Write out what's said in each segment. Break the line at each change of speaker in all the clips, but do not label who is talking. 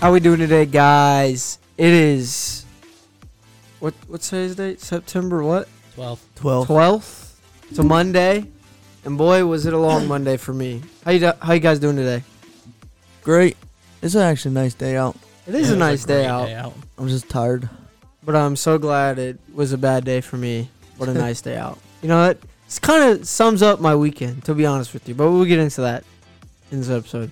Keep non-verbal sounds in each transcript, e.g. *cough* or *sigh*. How we doing today, guys? It is what what's today's date? September what?
12.
12.
Twelfth. It's a Monday, and boy, was it a long Monday for me. How you do- how you guys doing today?
Great. It's actually a nice day out.
It is a nice day out,
I'm just tired.
but I'm so glad it was a bad day for me. What a nice day out. You know what? It's kind of sums up my weekend, to be honest with you. But we'll get into that in this episode.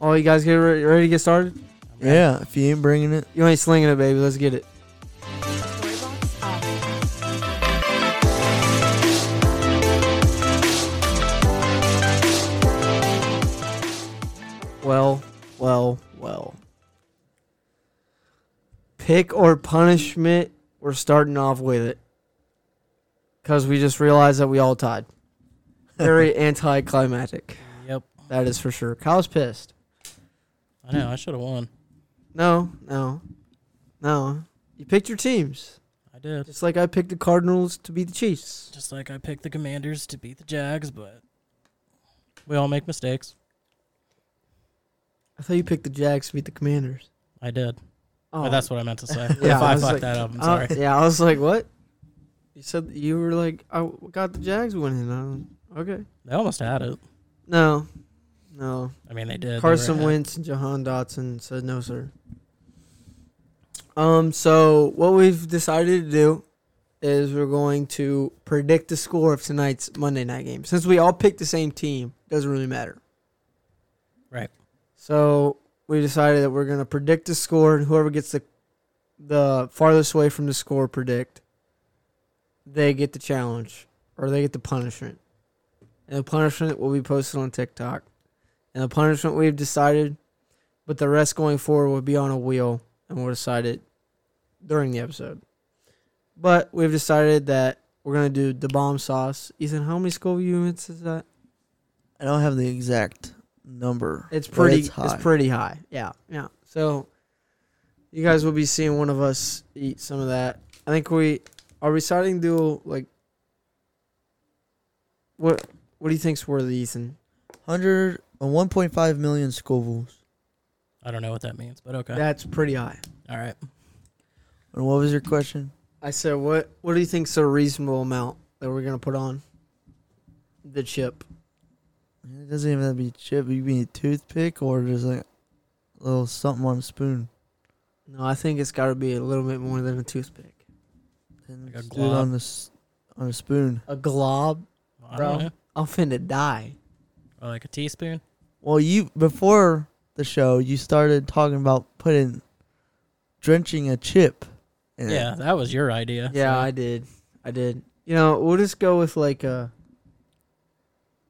All you guys get re- ready to get started?
Yeah, if you ain't bringing it.
You ain't slinging it, baby. Let's get it.
Storybox Audio.
Well, well, well. Pick or punishment, we're starting off with it. Because we just realized that we all tied. Very anticlimactic.
Yep.
That is for sure. Kyle's pissed.
I know. I should have won.
No, no, no. You picked your teams.
I did.
Just like I picked the Cardinals to beat the Chiefs.
Just like I picked the Commanders to beat the Jags, but we all make mistakes.
I thought you picked the Jags to beat the Commanders.
I did.
Oh,
But that's what I meant to say.
*laughs* Yeah,
if I,
I was
fucked
like, uh,
that up, I'm
I-
sorry.
yeah, I was like, what? You said you were like, I got the Jags winning. I'm, okay.
they almost had it.
No, no.
I mean, they did. They
Carson
were ahead.
Wentz and Jahan Dotson said no, sir. Um, so what we've decided to do is we're going to predict the score of tonight's Monday night game. Since we all picked the same team, doesn't really matter.
Right.
So we decided that we're gonna predict the score and whoever gets the the farthest away from the score predict, they get the challenge or they get the punishment. And the punishment will be posted on TikTok. And the punishment we've decided, but the rest going forward will be on a wheel and we'll decide it during the episode. But we've decided that we're gonna do the bomb sauce. Ethan, how many school units is that?
I don't have the exact number.
It's
but
pretty.
It's
It's,
high.
pretty high. Yeah, yeah. So, you guys will be seeing one of us eat some of that. I think we are we starting to do like. What What do you think's worthy, Ethan?
100 uh, 1.5 million Scovilles.
I don't know what that means, but okay.
That's pretty high.
all right.
And what was your question?
I said, what What do you think's a reasonable amount that we're gonna put on the chip?
It doesn't even have to be chip. You mean a toothpick or just like a little something on a spoon?
No, I think it's got to be a little bit more than a toothpick.
And
Like a
just do it
glob?
on this on a spoon.
A glob.
Well, I
Bro.
don't know.
I'm finna die.
Or like a teaspoon.
Well, you before the show, you started talking about putting drenching a chip. In it.
Yeah, that was your idea.
Yeah,
so-
I did. I did. You know, we'll just go with like a.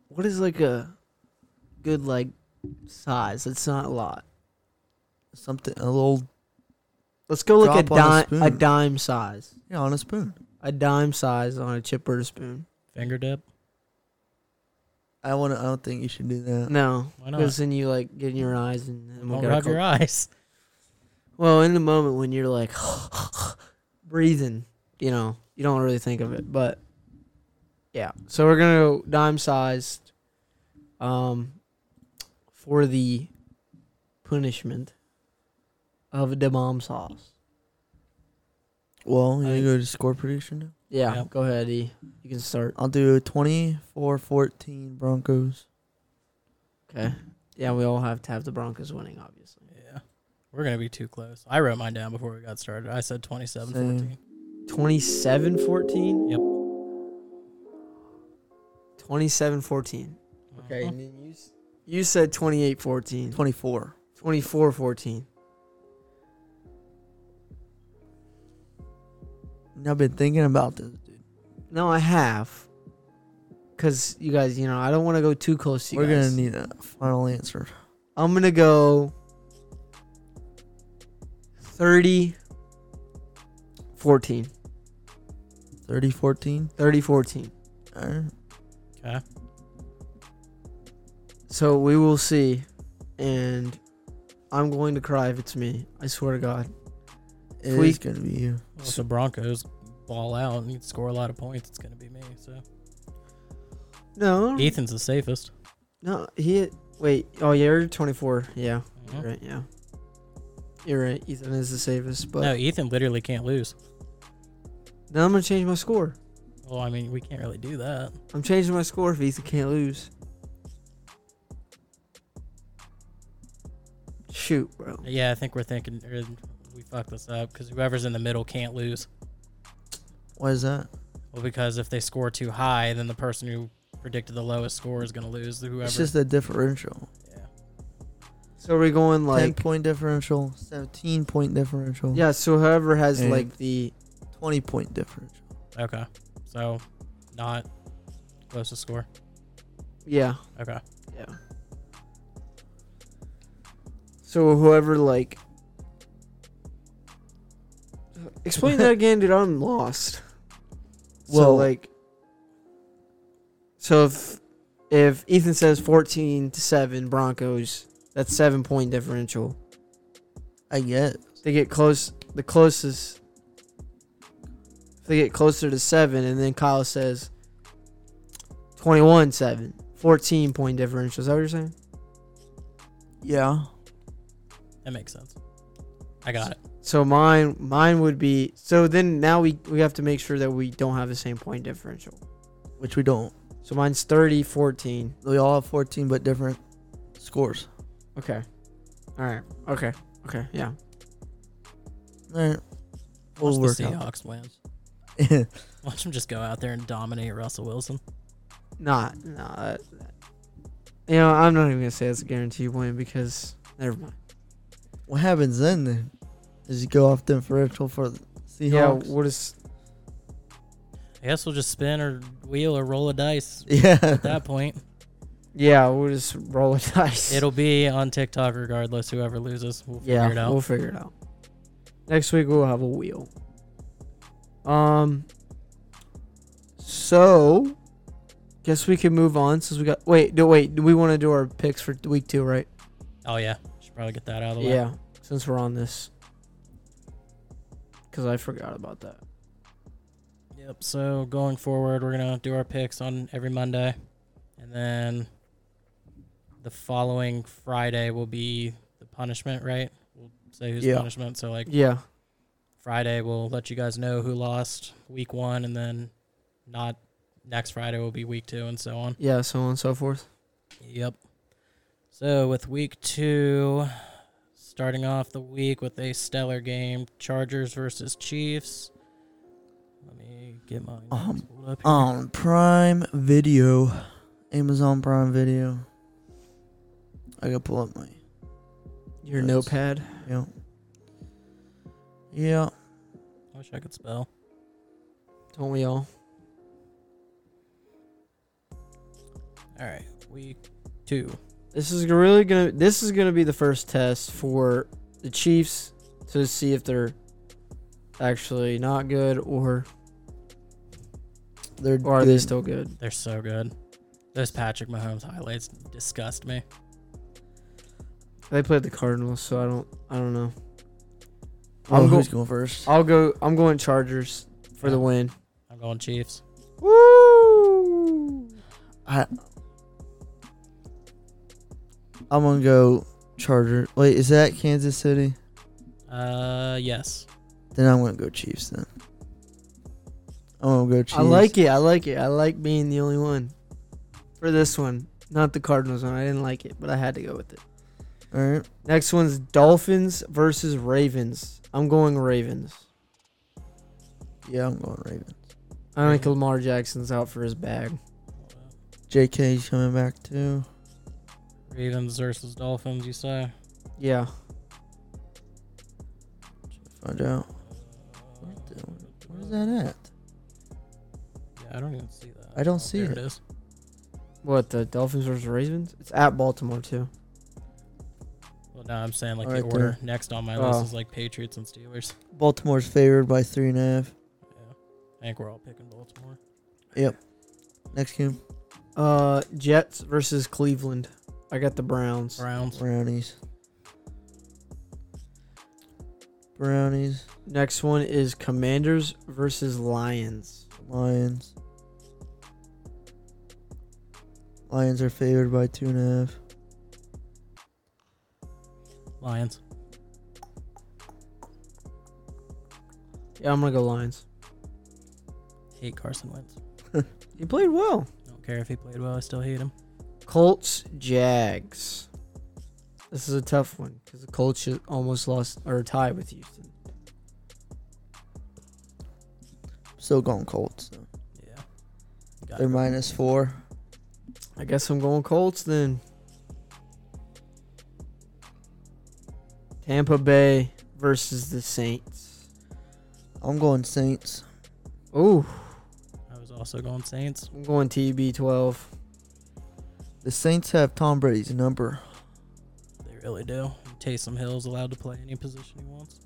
What is like a good like size? It's not a lot.
something a little
Let's go like a
Drop on a
dime a,
spoon.
dime size.
yeah, on a spoon.
A dime size on a chipper or spoon.
finger dip.
I want. to I don't think you should do that.
No,
Why not?
because then you like get in your eyes and, and we'll
Don't
get a
rub
cul-
your eyes.
Well, in the moment when you're like *sighs* breathing, you know, you don't really think of it, but yeah. So we're gonna go dime sized, um, for the punishment of the bomb sauce.
Well, you
I-
go to score prediction. Now?
Yeah,
Yep.
go ahead, E. You can start.
I'll do 24-14 Broncos.
Okay. Yeah, we all have to have the Broncos winning, obviously.
Yeah. We're going to be too close. I wrote mine down before we got started. I said 27
Same.
14.
27-14?
Yep.
27-14. Okay,
Uh-huh.
and then you s- you said 28-14.
24.
24 14.
And I've been thinking about this, dude.
No, I have. Because you guys, you know, I don't want to go too close to you
We're
guys.
gonna need a final answer.
I'm going to go 30 14.
30-14.
30 14.
All right.
Uh-huh. Okay.
So we will see. And I'm going to cry if it's me. I swear to God.
It
We-
is gonna be you.
Well, if the Broncos ball out and you score a lot of points, it's going to be me. So
No.
Ethan's the safest.
No, he. Wait. Oh, yeah, you're 24. Yeah. You're right, yeah. You're right. Ethan is the safest, but
no, Ethan literally can't lose.
now I'm gonna change my score.
Well, I mean, we can't really do that.
I'm changing my score if Ethan can't lose. Shoot, bro.
Yeah, I think we're thinking er, we fucked this up because whoever's in the middle can't lose.
Why is that?
Well, because if they score too high, then the person who predicted the lowest score is going to lose. Whoever.
It's just a differential.
yeah.
So are we going
Ten
like
point differential, seventeen point differential,
yeah? So whoever has
And-
like the
twenty point differential.
Okay. So, not closest score.
yeah
Okay.
yeah. So whoever like explain that again, dude. I'm lost. so
Well-
like so if if Ethan says 14 to seven Broncos, that's seven point differential.
I get.
they get close the closest if they get closer to seven and then kyle says 21 7 14 point differential is that what you're saying
Yeah.
That makes sense. I got it.
so mine mine would be so then now we we have to make sure that we don't have the same point differential
Which we don't.
so mine's 30 14
We all have fourteen but different scores.
okay all right okay okay yeah
All right.
Watch
We'll
the
work out.
Seahawks win. *laughs* Watch them just go out there and dominate Russell Wilson.
not nah, that, that- you know i'm not even gonna say it's a guaranteed win because never mind
*laughs* what happens then? Then is you go off differential for the
yeah
Seahawks.
what is
I guess we'll just spin or wheel or roll a dice
Yeah.
at that point.
yeah we'll just roll a *laughs* dice
It'll be on TikTok regardless. Whoever loses, we'll figure
Yeah,
it out.
we'll figure it out. Next week we'll have a wheel. Um. So, guess we can move on since we got. Wait, no, wait. Do we want to do our picks for week two, right?
oh yeah, should probably get that out of the way.
Yeah, since we're on this, because I forgot about that.
Yep. So going forward, we're gonna do our picks on every Monday, and then the following Friday will be the punishment. Right? We'll say who's
Yeah.
punishment. So like
Yeah,
Friday, we'll let you guys know who lost week one, and then not next Friday will be week two, and so on.
yeah, so on and so forth.
Yep. So with week two, starting off the week with a stellar game, Chargers versus Chiefs. Let me get my notes
Um,
pulled up here.
*laughs* on Prime Video, Amazon Prime Video. I gotta pull up my
Your
Nice.
notepad.
yeah. Yeah,
I wish I could spell.
Don't we all?
All right, week two.
This is really gonna. This is gonna be the first test for the Chiefs to see if they're actually not good or
they're
or are they
good.
still good?
They're so good. Those Patrick Mahomes highlights disgust me.
They played the Cardinals, so I don't. I don't know.
Well,
I'm go-
who's going first?
I'll go. I'm going Chargers for the
Yeah.
win.
I'm going Chiefs.
Woo!
I, I'm gonna go Charger. Wait, is that Kansas City?
Uh, yes.
Then I'm gonna go Chiefs. Then I'm gonna go Chiefs.
I like it. I like it. I like being the only one for this one. Not the Cardinals one. I didn't like it, but I had to go with it.
All right,
Next one's Dolphins versus Ravens. I'm going Ravens.
yeah, I'm going Ravens.
I think Lamar Jackson's out for his bag.
JK's coming back too.
Ravens versus Dolphins. You say?
Yeah.
Find out. What the- Where's that at?
Yeah, I don't even see that. Oh,
I don't see
there
it.
is.
What the Dolphins versus Ravens? It's at Baltimore too.
Well, no, I'm saying like the
Alright,
order next on my
Oh.
list is like Patriots and Steelers.
Baltimore's favored by three and a half.
Yeah. I think we're all picking Baltimore.
Next game,
Uh, Jets versus Cleveland. I got the Browns.
Browns.
brownies. Brownies,
Next one is Commanders versus Lions.
lions. Lions are favored by two and a half.
Lions.
Yeah, I'm gonna go Lions.
Hate Carson Wentz.
He played well.
Don't care if he played well. I still hate him.
Colts, Jags. This is a tough one because the Colts ju- almost lost or tied with Houston.
Still going Colts. though.
Yeah. Got
They're
it.
minus four.
I guess I'm going Colts then. Tampa Bay versus the Saints.
I'm going Saints.
Ooh,
I was also going Saints.
I'm going TB12.
The Saints have Tom Brady's number.
They really do. Taysom Hill's allowed to play any position he wants.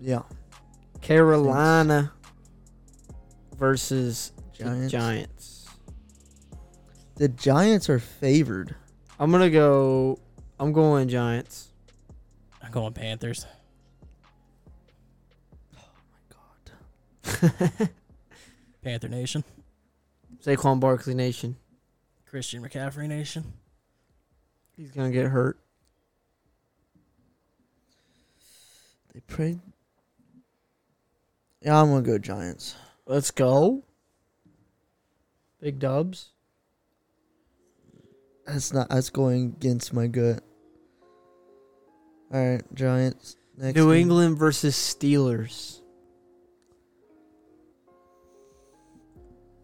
Yeah.
Carolina versus the
Giants.
Giants.
The Giants are favored.
I'm gonna go. I'm going Giants.
I'm going Panthers.
Oh,
God.
*laughs*
Panther Nation.
Saquon Barkley Nation.
Christian McCaffrey Nation.
He's gonna get hurt.
They played. Yeah, I'm gonna go Giants.
Let's go. Big Dubs.
That's not. That's going against my gut. All right, Giants. Next
New
game.
England versus Steelers.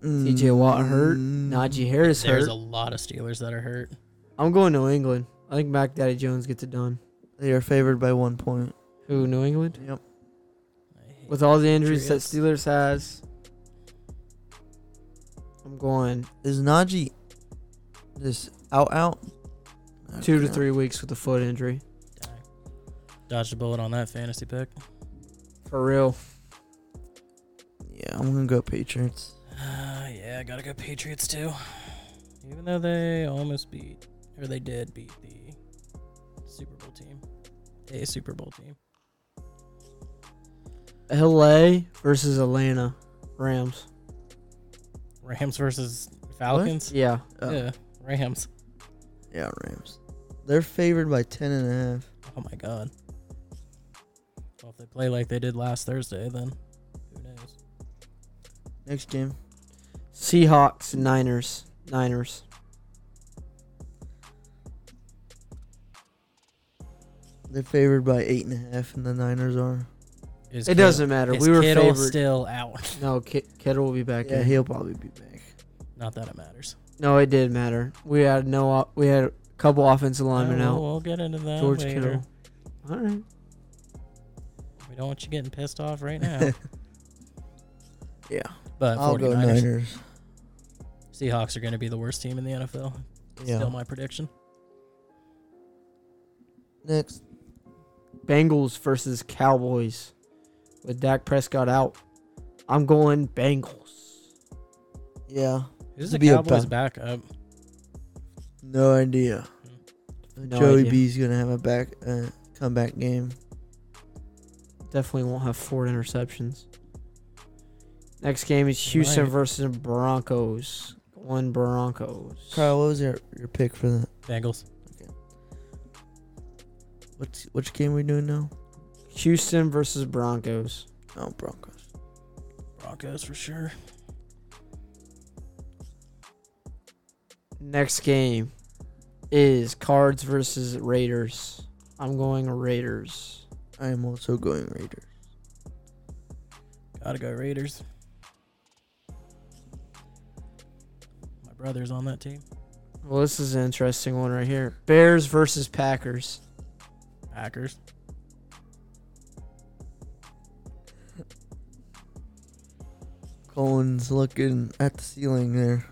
T.J. Watt hurt.
Mm,
Najee Harris
There's
hurt.
a lot of Steelers that are hurt.
I'm going New England. I think Mac Daddy Jones gets it done.
They are favored by one point.
Who New England?
Yep.
I hate
With all the injuries that Steelers
Patriots.
has, I'm going
Is Najee just out? Out.
two to
Okay.
three weeks with a foot injury.
Dang. Dodged a bullet on that fantasy pick.
For real.
Yeah, I'm gonna go Patriots.
Uh, yeah, I gotta go Patriots too. Even though they almost beat, or they did beat the Super Bowl team, a Super Bowl team.
L.A. versus Atlanta Rams.
Rams versus Falcons.
Yeah.
Oh, yeah.
Yeah, Rams.
Rams. They're favored by ten and a half.
Oh my god. Well, if they play like they did last Thursday, then who knows?
Next game.
Seahawks, Niners, Niners.
They're favored by eight and a half, and the Niners are.
Is
It doesn't matter.
Is
We were
Kittle
favored.
still out? *laughs*
no, Ki- Kittle will be back.
Yeah,
in.
he'll probably be back.
Not that it matters.
No, it did matter. We had no. op- We had a couple offensive linemen
Yeah,
out.
we'll, we'll get into that
George
later.
Kittle. All right.
We don't want you getting pissed
*laughs*
off right now.
Yeah.
But
I'll go
49ers.
Niners.
Seahawks are going to be the worst team in the NFL.
Yeah.
Still my prediction.
Next.
Bengals versus Cowboys. With Dak Prescott out, I'm going Bengals.
Yeah.
Who's
It'll
the
be a
Cowboys
bum-
backup?
No idea.
Mm. No
Joey
idea.
B's gonna have a back uh, comeback game.
Definitely won't have four interceptions. Next game is Houston
Right.
versus Broncos. One Broncos.
Kyle, what was your, your pick for that?
Bengals.
What's which game we doing now?
Houston versus Broncos.
Oh, Broncos.
Broncos for sure.
Next game is Cards versus Raiders. I'm going Raiders.
I am also going Raiders.
Gotta go Raiders. My brother's on that team.
Well, this is an interesting one right here. Bears versus Packers.
Packers.
Colin's looking at the ceiling there.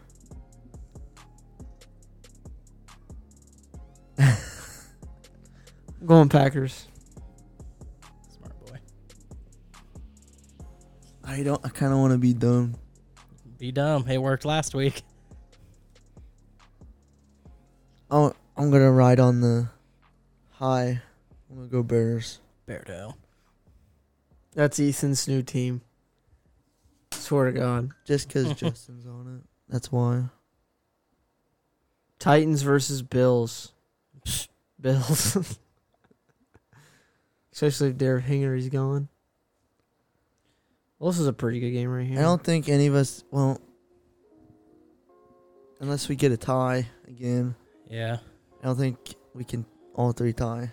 I'm going Packers.
Smart boy.
I don't. I kind of want to be dumb.
Be dumb. It worked last week.
Oh, I'm gonna ride on the high. I'm gonna go Bears.
Bear down.
That's Ethan's new team. Swear to God. *laughs*
Just because Justin's on it. That's why.
*laughs* Titans versus Bills. Bills. *laughs* especially if Derek Hingery's gone. Well, this is a pretty good game right here.
I don't think any of us won't, unless we get a tie again.
Yeah.
I don't think we can all three tie.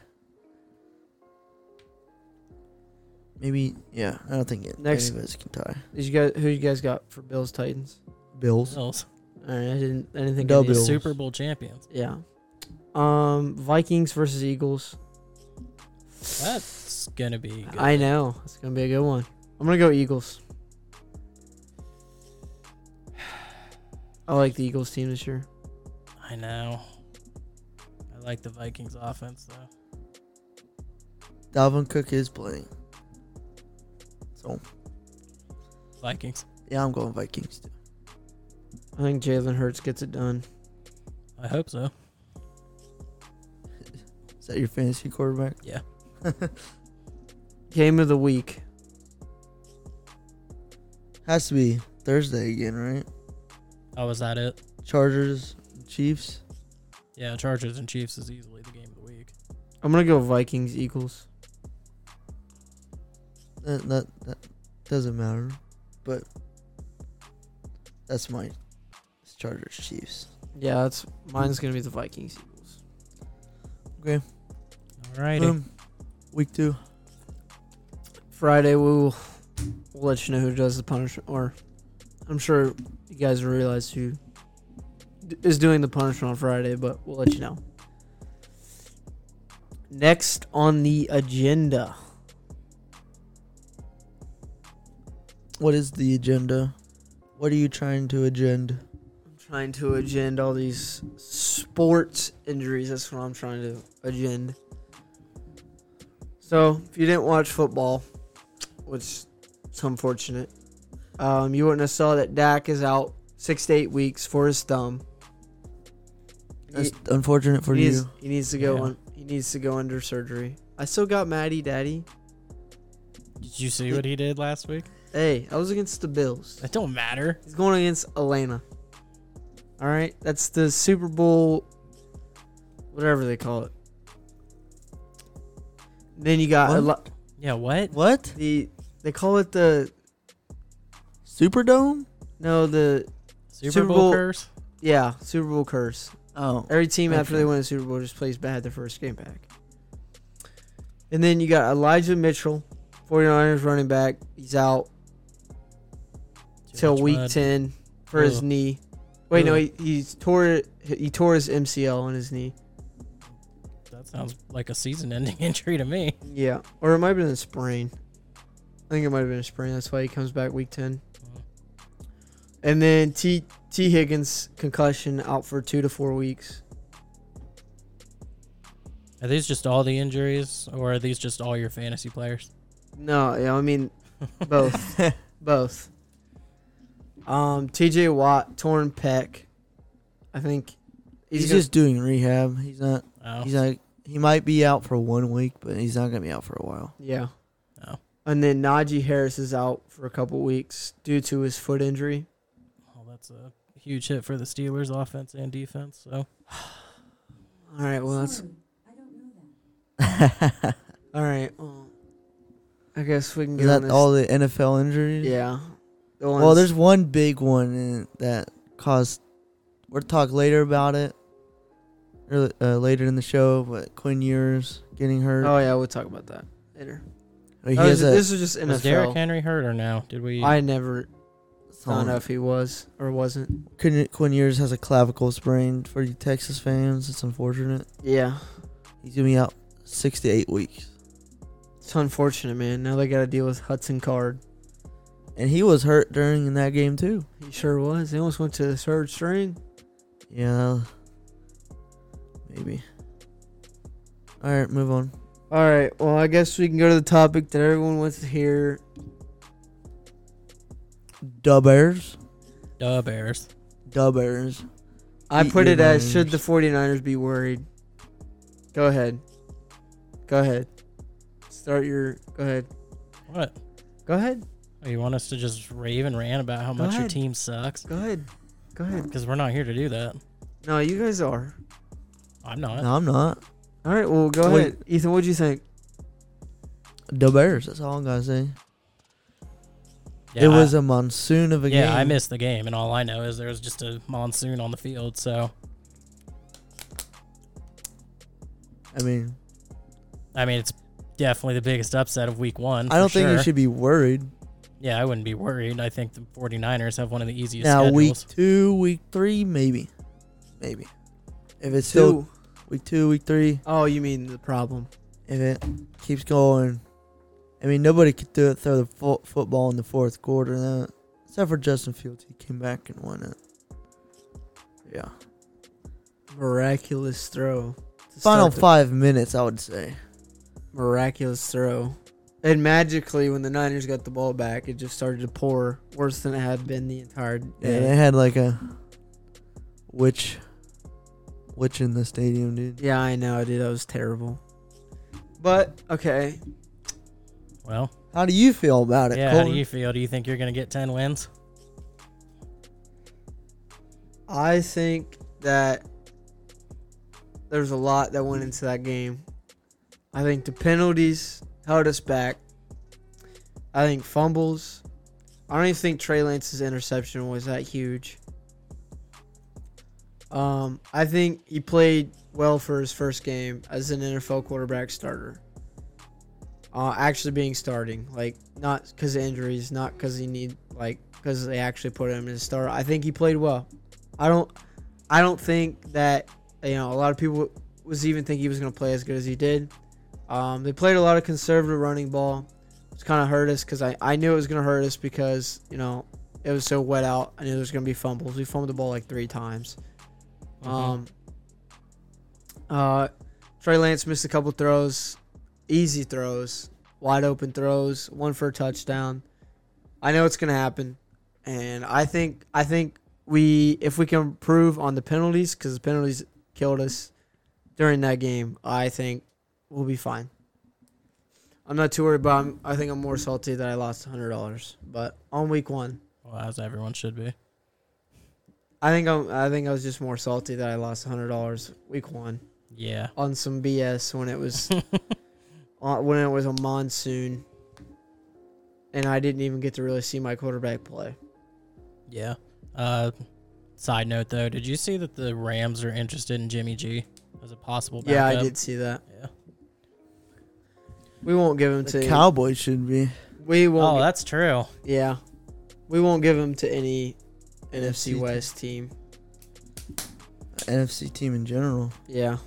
Maybe yeah. I don't think it,
Next-
any of us can tie.
Did you guys who you guys got for Bills Titans?
Bills.
Bills.
All right, I didn't I didn't think
No
any-
Bills.
Super Bowl champions.
Yeah. Um, Vikings versus Eagles.
That's gonna be good.
I know it's gonna be a good one. I'm gonna go Eagles. I like the Eagles team this year.
I know. I like the Vikings offense though.
Dalvin Cook is playing. So
Vikings.
yeah, I'm going Vikings too.
I think Jalen Hurts gets it done.
I hope so.
Is that your fantasy quarterback?
Yeah.
Game of the week.
Has to be Thursday again, right?
Oh, was that it?
Chargers, Chiefs.
Yeah, Chargers and Chiefs is easily the game of the week.
I'm gonna go Vikings Eagles.
That, that that doesn't matter, but that's my it's Chargers, Chiefs.
Yeah, that's mine's gonna be the Vikings Eagles.
Okay.
Alrighty.
Boom. Um, Week two.
Friday we'll, we'll let you know who does the punishment. Or I'm sure you guys realize who d- is doing the punishment on Friday, but we'll let you know. Next on the agenda.
What is the agenda? What are you trying to agenda?
trying to agend all these sports injuries. That's what I'm trying to agend. So, if you didn't watch football, which is unfortunate, um, you wouldn't have saw that Dak is out six to eight weeks for his thumb.
That's
He-
unfortunate for
he,
you.
needs, he needs to go
Yeah.
on. He needs to go under surgery. I still got Maddie Daddy.
Did you see what he did last week?
Hey, I was against the Bills.
It don't matter.
He's going against Elena. All right, that's the Super Bowl, whatever they call it. Then you got
What?
Eli-
Yeah, what?
What?
the they call it the
Superdome?
no the
Super,
Super
Bowl,
Bowl-
curse?
yeah Super Bowl curse.
Oh.
Every team after
Okay.
they win the Super Bowl just plays bad the first game back. And then you got Elijah Mitchell, 49ers running back. He's out
Too
till
much
week
mud.
10 for his
Ugh.
knee. Wait, no,
Ugh.
he, he's tore he tore his MCL on his knee.
That sounds like a season-ending *laughs* injury to me.
Yeah, or it might have been a sprain. I think it might have been a sprain. That's why he comes back week ten.
Mm-hmm.
Mhm.
And then T T Higgins concussion out for two to four weeks.
Are these just all the injuries, or are these just all your fantasy players?
No, yeah, I mean both,
*laughs*
both. Um, T.J. Watt torn pec. I think
He's,
he's,
just doing rehab. He's not
Oh,
he's not he might be out for one week, but he's not gonna be out for
*laughs*
a while.
gonna, yeah.
Oh.
And then Najee Harris is out for a couple weeks due to his foot injury.
well, that's a huge hit for the Steelers' offense and defense. So
All right, well that's all right. Well, I guess we can
Is
get on
that
this
all the NFL injuries?
Yeah. The
Well, there's one big one in- that caused. We'll talk later about it. Or, uh, later in the show, but Quinn Ewers getting hurt.
Oh yeah, we'll talk about that later.
He
That was-
has a-
this is just
was Derrick
NFL.
Henry hurt or no? Did we?
I never
song.
found out if he was or wasn't.
Quinn, Quinn Ewers has a clavicle sprain for you Texas fans. It's unfortunate.
Yeah,
He's gonna be out six to eight weeks,
it's unfortunate, man. Now they got to deal with Hudson Card.
and he was hurt during that game too.
He sure was. They almost went to the third string.
Yeah, maybe. All right, move on.
All right. Well, I guess we can go to the topic that everyone wants to hear.
Dubbers,
Duh, Bears.
dubbers.
I
Eat
put
your
it as should
Niners.
the 49ers be worried? Go ahead. Go ahead. Start your. Go ahead.
What?
Go ahead.
Oh, you want us to just rave and rant about how
Go
much your
ahead.
team sucks?
Go ahead. Go ahead.
Because we're not here to do that.
No, you guys are.
I'm not.
No, I'm not.
All right. Well, go
Wait.
ahead, Ethan. What'd you think?
the Bears. That's all I'm gonna say.
Yeah,
it was
I,
a monsoon of a
yeah.
game.
I missed the game, and all I know is there was just a monsoon on the field. So
I mean,
I mean, it's definitely the biggest upset of Week One.
I don't
for
think you
sure.
should be worried.
Yeah, I wouldn't be worried. I think the 49ers have one of the easiest
Now,
schedules.
week two, week three, maybe, maybe. If it's still
Two.
week two, week three,
Oh, you mean the problem?
if it keeps going, I mean, nobody could do it, throw the fo- football in the fourth quarter, uh, except for Justin Fields. He came back and won it. Yeah.
Miraculous throw. To
Final
start the-
five minutes, I would say.
miraculous throw. And magically, when the Niners got the ball back, it just started to pour worse than it had been the entire
Yeah,
day.
they had like a witch, witch in the stadium, dude.
Yeah, I know, dude. That was terrible. But okay,
well,
How do you feel about it?
yeah. How do
Colton?
you feel? Do you think you're going to get 10 wins?
I think that there's a lot that went into that game. I think the penalties held us back. I think fumbles. I don't even think Trey Lance's interception was that huge. Um, I think he played well for his first game as an NFL quarterback starter. Uh, actually being starting, like not because of injuries, not because he need like because they actually put him in the start. I think he played well. I don't I don't think that you know a lot of people was even think he was going to play as good as he did. Um, they played a lot of conservative running ball, which kind of hurt us because I, I knew it was going to hurt us because you know it was so wet out. I knew there was going to be fumbles. We fumbled the ball like three times. Um, uh, Trey Lance missed a couple throws, easy throws, wide open throws, one for a touchdown. I know it's going to happen, and I think I think we if we can improve on the penalties because the penalties killed us during that game, I think we'll be fine. I'm not too worried, but I'm, I think I'm more salty that I lost hundred dollars. But on week one,
Well, as everyone should be.
I think I'm, I think I was just more salty that I lost hundred dollars week one.
Yeah.
on some BS when it was uh, when it was a monsoon, and I didn't even get to really see my quarterback play.
Yeah. Uh, side note though, did you see that the Rams are interested in Jimmy G as a possible backup?
Yeah, I did see that.
Yeah.
We won't give him
The
to
Cowboys should be.
we won't.
Oh, that's true.
yeah, we won't give him to any NFC
team.
West team.
NFC team in general.
*laughs*
Yeah,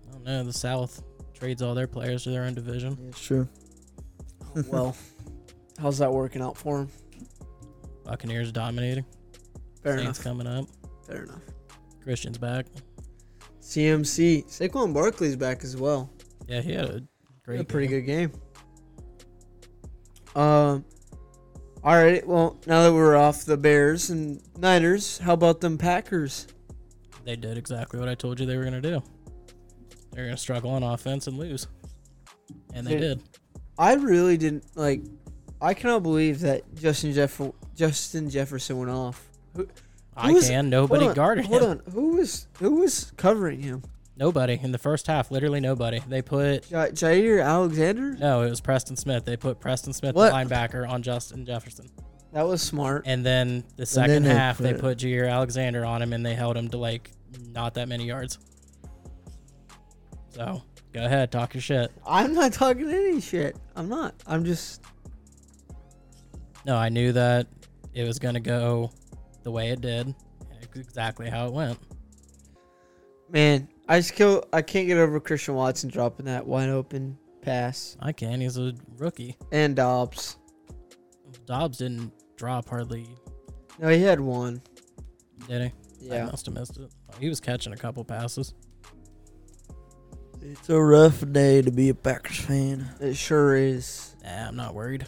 I don't know. Oh, The South trades all their players to their own division.
It's true.
well, how's that working out for him?
Buccaneers dominating.
Fair
Saints
enough.
coming up.
Fair enough.
Christian's back.
CMC Saquon Barkley's back as well.
Yeah, he had a great,
a pretty good game. Um. All right. Well, now that we're off the Bears and Niners, how about them Packers?
good. They did exactly what I told you they were gonna do. They're gonna struggle on offense and lose, and they
They-
did.
I really didn't like. I cannot believe that Justin Jeff Justin Jefferson went off.
I
was-
can. Nobody
hold on,
guarded
Hold
him.
on. Who was who was covering him?
Nobody in the first half. Literally nobody. They put
Ja- Jair Alexander.
no. It was Preston Smith. They put Preston Smith,
What?
the linebacker, on Justin Jefferson.
That was smart.
And then the second
they
half, they
put-
put Jair Alexander on him and they held him to like not that many yards. So go ahead, talk your shit.
I'm not talking any shit. I'm not. I'm just.
No, I knew that it was going to go the way it did, and it's exactly how it went.
Man, I just kill. I can't get over Christian Watson dropping that wide open pass
I can. He's a rookie.
and Dobbs.
Dobbs didn't drop hardly,
No, he had one.
did he? I
Yeah.
must have missed it. He was catching a couple passes.
It's a rough day to be a Packers fan.
It sure is.
Nah, I'm not worried.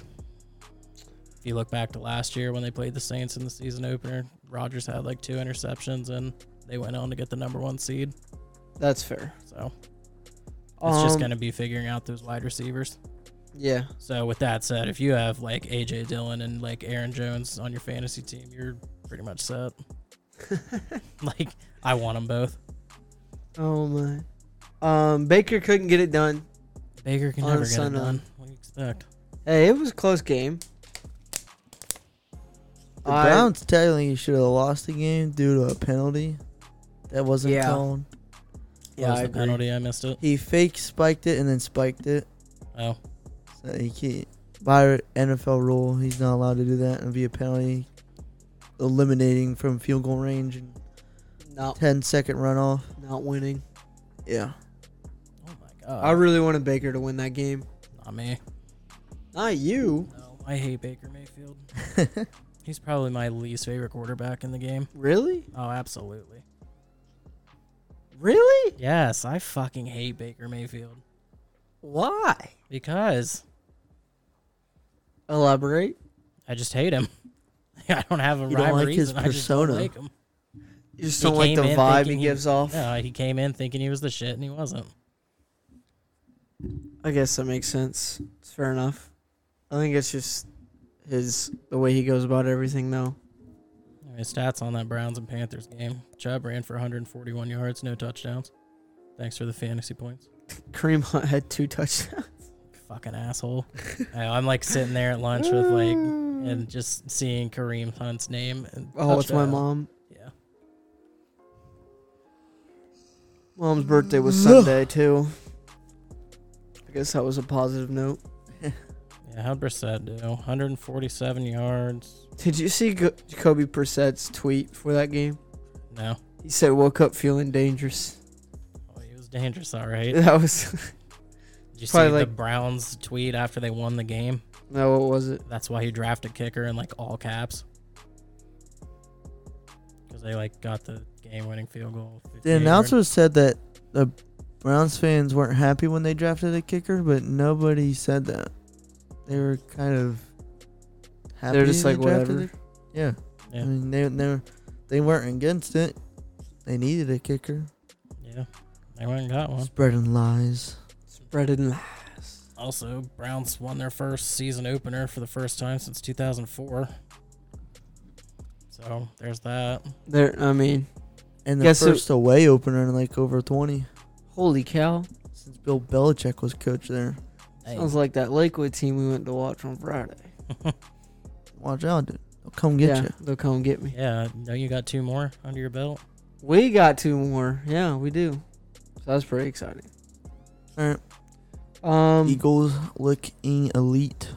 If you look back to last year when they played the Saints in the season opener, Rodgers had like two interceptions and they went on to get the number one seed.
That's fair.
So it's just
Um,
going to be figuring out those wide receivers.
Yeah. *laughs*
So with that said, if you have like AJ Dillon and like Aaron Jones on your fantasy team, you're pretty much set. *laughs* like I want them both.
Oh my. Um, Baker couldn't get it done.
Baker can
On
never get it
Sun on.
done. What do you expect?
Hey, it was a close game.
The
I-
Browns technically should have lost the game due to a penalty that wasn't
Yeah.
called.
Yeah, was
I
the
agree.
penalty? I missed it.
He fake spiked it and then spiked it.
Oh,
So he can't, by NFL rule, he's not allowed to do that and be a penalty, eliminating from field goal range and
Not
10 second runoff.
not winning.
*laughs* Yeah.
oh my god.
I really wanted Baker to win that game.
Not me.
Not you.
No, I hate Baker Mayfield. He's probably my least favorite quarterback in the game.
Really?
Oh, absolutely.
Really?
Yes, I fucking hate Baker Mayfield
Why?
because
Elaborate.
I just hate him. *laughs* I don't have a
You don't
rhyme or
like his
reason. I just don't
persona.
like him.
You just
He
don't like
came
the
in
vibe he
thinking he-
gives off.
Yeah, he came in thinking he was the shit and he wasn't.
I guess that makes sense. It's fair enough. I think it's just his the way he goes about everything though.
His stats on that Browns and Panthers game. Chubb ran for 141 yards, no touchdowns. Thanks for the fantasy points.
Kareem Hunt had two touchdowns.
Fucking asshole. *laughs* I know, I'm like sitting there at lunch with like
Mm.
and just seeing Kareem Hunt's name. And
Mm. Oh, it's my
touchdown.
mom.
Yeah.
Mom's birthday was Sunday too. I guess that was a positive note.
Yeah, how'd Brissett do? 147 yards.
Did you see Go- Jacoby Brissett's tweet for that game?
No.
He said, "Woke up feeling dangerous."
Oh, he was dangerous, all right.
*laughs*
Did
That was
you see
Probably
the
like-
Browns tweet after they won the game?
no. What was it?
That's why he drafted kicker in like all caps. Because they like got the game winning field goal. 58
The
yard.
announcer said that the Browns fans weren't happy when they drafted a kicker, but nobody said that. They were kind of happy.
They're just
they
like
drafted
whatever.
it. Yeah.
Yeah.
I mean, they they they weren't against it. They needed a kicker.
Yeah. They went and got one.
Spreading lies.
Spreading lies.
Also, Browns won their first season opener for the first time since 2004. So there's that.
*laughs* There. I mean,
And the
Guess who-
first away opener in like over 20
holy cow!
since Bill Belichick was coach there.
Sounds like that Lakewood team we went to watch on Friday.
Watch out, dude. They'll come get
yeah,
you.
they'll come get me.
*laughs* yeah, no, you got two more under your belt.
We got two more. Yeah, we do. So that's pretty exciting.
All right.
Um,
Eagles looking elite.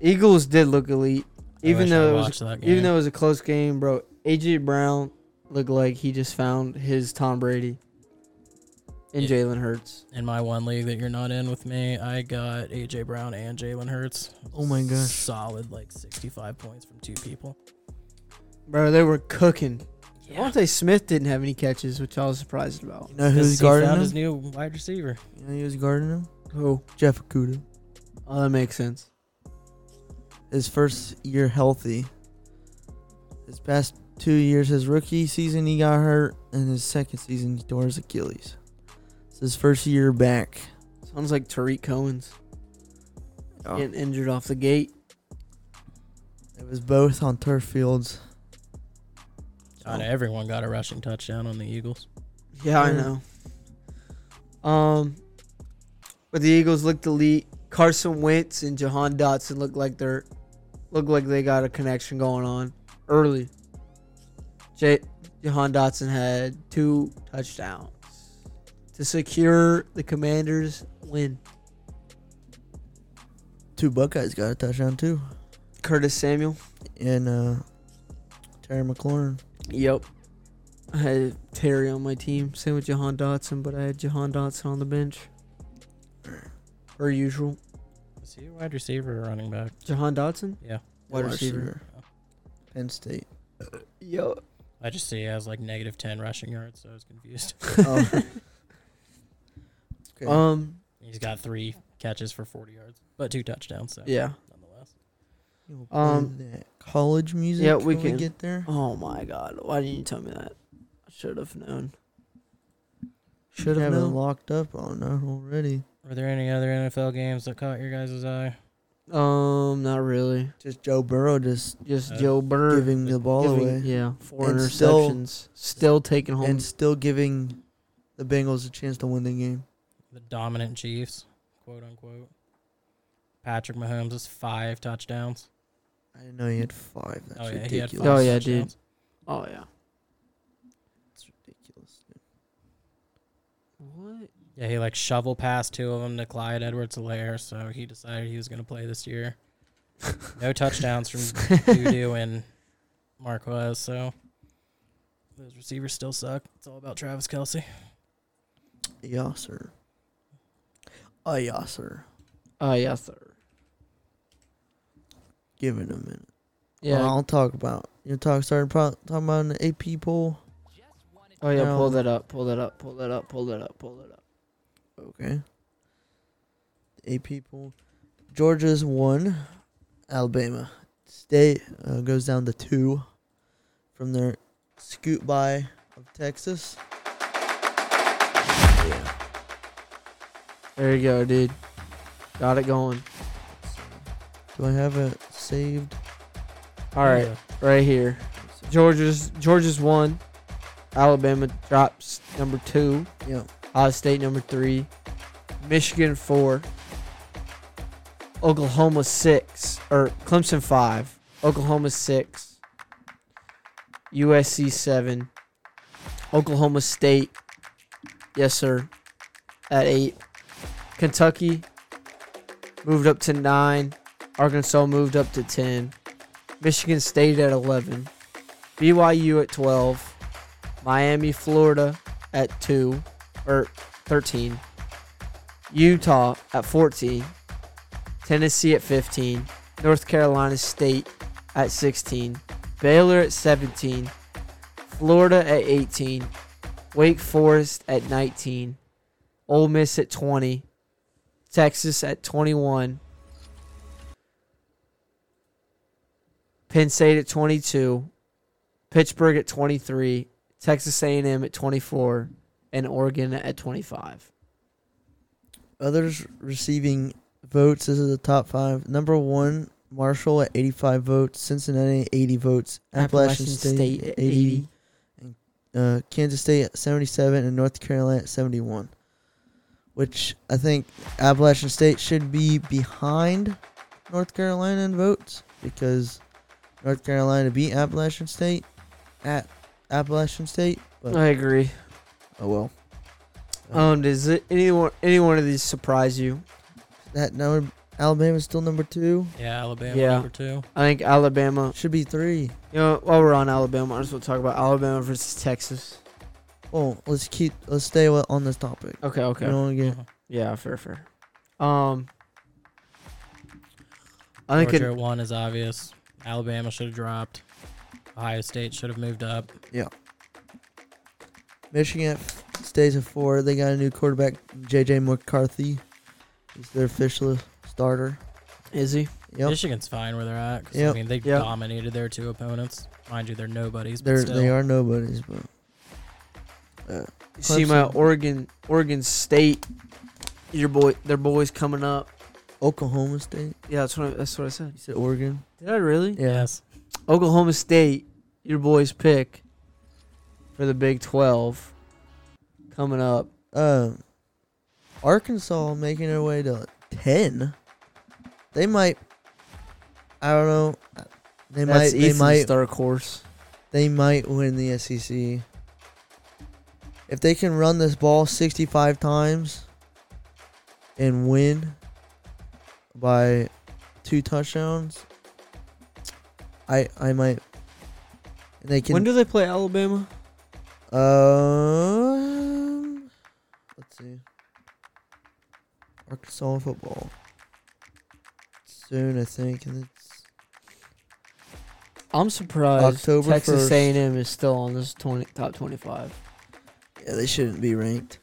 Eagles did look elite,
I
even
wish I
though it was
watched that
Even
game.
though it was a close game, bro, AJ Brown looked like he just found his Tom Brady and
Yeah.
Jalen Hurts.
in my one league that you're not in with me, I got AJ Brown and Jalen Hurts.
Oh my gosh.
Solid like 65 points from two people.
Bro, they were cooking.
Yeah.
Devontae Smith didn't have any catches, which I was surprised about.
You know who's
he
guarding
found his
him?
new wide receiver.
You know who's guarding him?
Who?
Jeff Okuda.
Oh, that makes sense.
His first year healthy. His past two years, his rookie season he got hurt, and his second season he tore his Achilles. It's his first year back.
Sounds like Tariq Cohen's
Oh.
getting injured off the gate.
It was both on turf fields.
God, everyone got a rushing touchdown on the Eagles.
Yeah, I
Yeah.
know. Um, but the Eagles looked elite. Carson Wentz and Jahan Dotson look like they're look like they got a connection going on early. J- Jahan Dotson had two touchdowns to secure the Commanders' win.
Two Buckeyes got a touchdown too,
Curtis Samuel.
and uh, Terry McLaurin.
Yep. I had Terry on my team, same with Jahan Dotson, but I had Jahan Dotson on the bench. Per usual.
Is he a wide receiver or running back?
Jahan Dotson?
Yeah.
Wide receiver. *laughs*
Penn State.
Yo.
I just see he has like negative 10 rushing yards, so I was confused. *laughs*
Oh. Okay.
Um.
He's got three catches for 40 yards, but two touchdowns. So
Yeah.
Nonetheless.
You'll play
um,
that college music.
yeah, we
when
can.
we get there.
Oh my God! Why didn't you tell me that? I should have known.
Should have
known.
been locked up on that already.
Were there any other NFL games that caught your guys' eye?
Um. Not really.
Just Joe Burrow just
Just
Uh,
Joe Burrow
giving the ball
giving-
away
Yeah. Four
And still-
interceptions. Still, taking home.
and still giving the Bengals a chance to win the game.
The dominant Chiefs. quote unquote. Patrick Mahomes is five touchdowns.
I didn't know he had five. That's
oh yeah, he had
ridiculous.
five
Oh, yeah, dude.
touchdowns.
Oh yeah.
That's ridiculous. dude.
What?
Yeah, he like shovel passed two of them to Clyde Edwards Alaire, so he decided he was going to play this year.
*laughs*
No touchdowns from Dudu and Marquez, so those receivers still suck. It's all about Travis Kelsey.
Yeah, sir. Oh, yeah, sir.
Oh yeah, sir.
Give it a minute.
Yeah.
Well, I'll talk about. You talk started pro- talking about an AP poll.
oh yeah. Pull
no.
that up. Pull that up. Pull that up. Pull that up. Pull that up.
Okay. AP poll. Georgia's one. Alabama State uh, goes down to two from their scoot by of Texas.
There you go, dude. Got it going.
Do I have it saved?
All right,
Yeah.
right here. Georgia's Georgia's one. Alabama drops number two.
Yeah.
Ohio State number three. Michigan four. Oklahoma six or Clemson five. Oklahoma six. USC seven. Oklahoma State. Yes, sir. At eight. Kentucky moved up to nine. Arkansas moved up to ten. Michigan State at 11, BYU at 12, Miami, Florida at 2 or 13, Utah at 14, Tennessee at 15, North Carolina State at 16, Baylor at 17, Florida at 18, Wake Forest at 19, Ole Miss at 20, Texas at 21, Penn State at 22, Pittsburgh at 23, Texas A&M at 24, and Oregon at 25.
Others receiving votes. This is the top five. Number one, Marshall at 85 votes. Cincinnati, 80 votes. Appalachian, State, at 80. uh, Kansas State at 77 and North Carolina at 71. Which I think Appalachian State should be behind North Carolina in votes because North Carolina beat Appalachian State at Appalachian State. But
I agree.
oh well, uh,
Um, does it, any one any one of these surprise you?
that now Alabama's still number two.
Yeah, Alabama
Yeah.
number two.
I think Alabama.
Should be three.
You know, while we're on Alabama, I just want to talk about Alabama versus Texas.
Oh, let's keep let's stay wa- on this topic.
Okay, okay.
You don't wanna
Uh-huh.
get-
yeah, fair, fair. Um, I think
Georgia
it,
at one is obvious. Alabama should have dropped. Ohio State should have moved up.
Michigan f- stays at four. They got a new quarterback, J.J. McCarthy. He's their official starter.
is he?
Yep.
Michigan's fine where they're at. 'cause, I
Yep.
mean, they
Yep.
dominated their two opponents. Mind you, they're nobodies. But
They're,
still.
they are nobodies, but
You see my
Clemson.
Oregon Oregon State, your boy, their boys coming up.
Oklahoma State.
Yeah, that's what I, that's what I said.
You said Oregon.
Did I really?
Yes.
Oklahoma State, your boys pick for the Big Twelve coming up.
Uh, Arkansas making their way to ten. They might. I don't know. They
That's
might. They
Ethan's
might.
dark horse.
They might win the SEC. If they can run this ball 65 times and win by two touchdowns, I I might. And they can.
when do they play Alabama?
Um, let's see. Arkansas football. Soon, I think, and it's
I'm surprised
October
Texas
1st.
A&M is still on this 20, top twenty-five,
yeah, they shouldn't be ranked.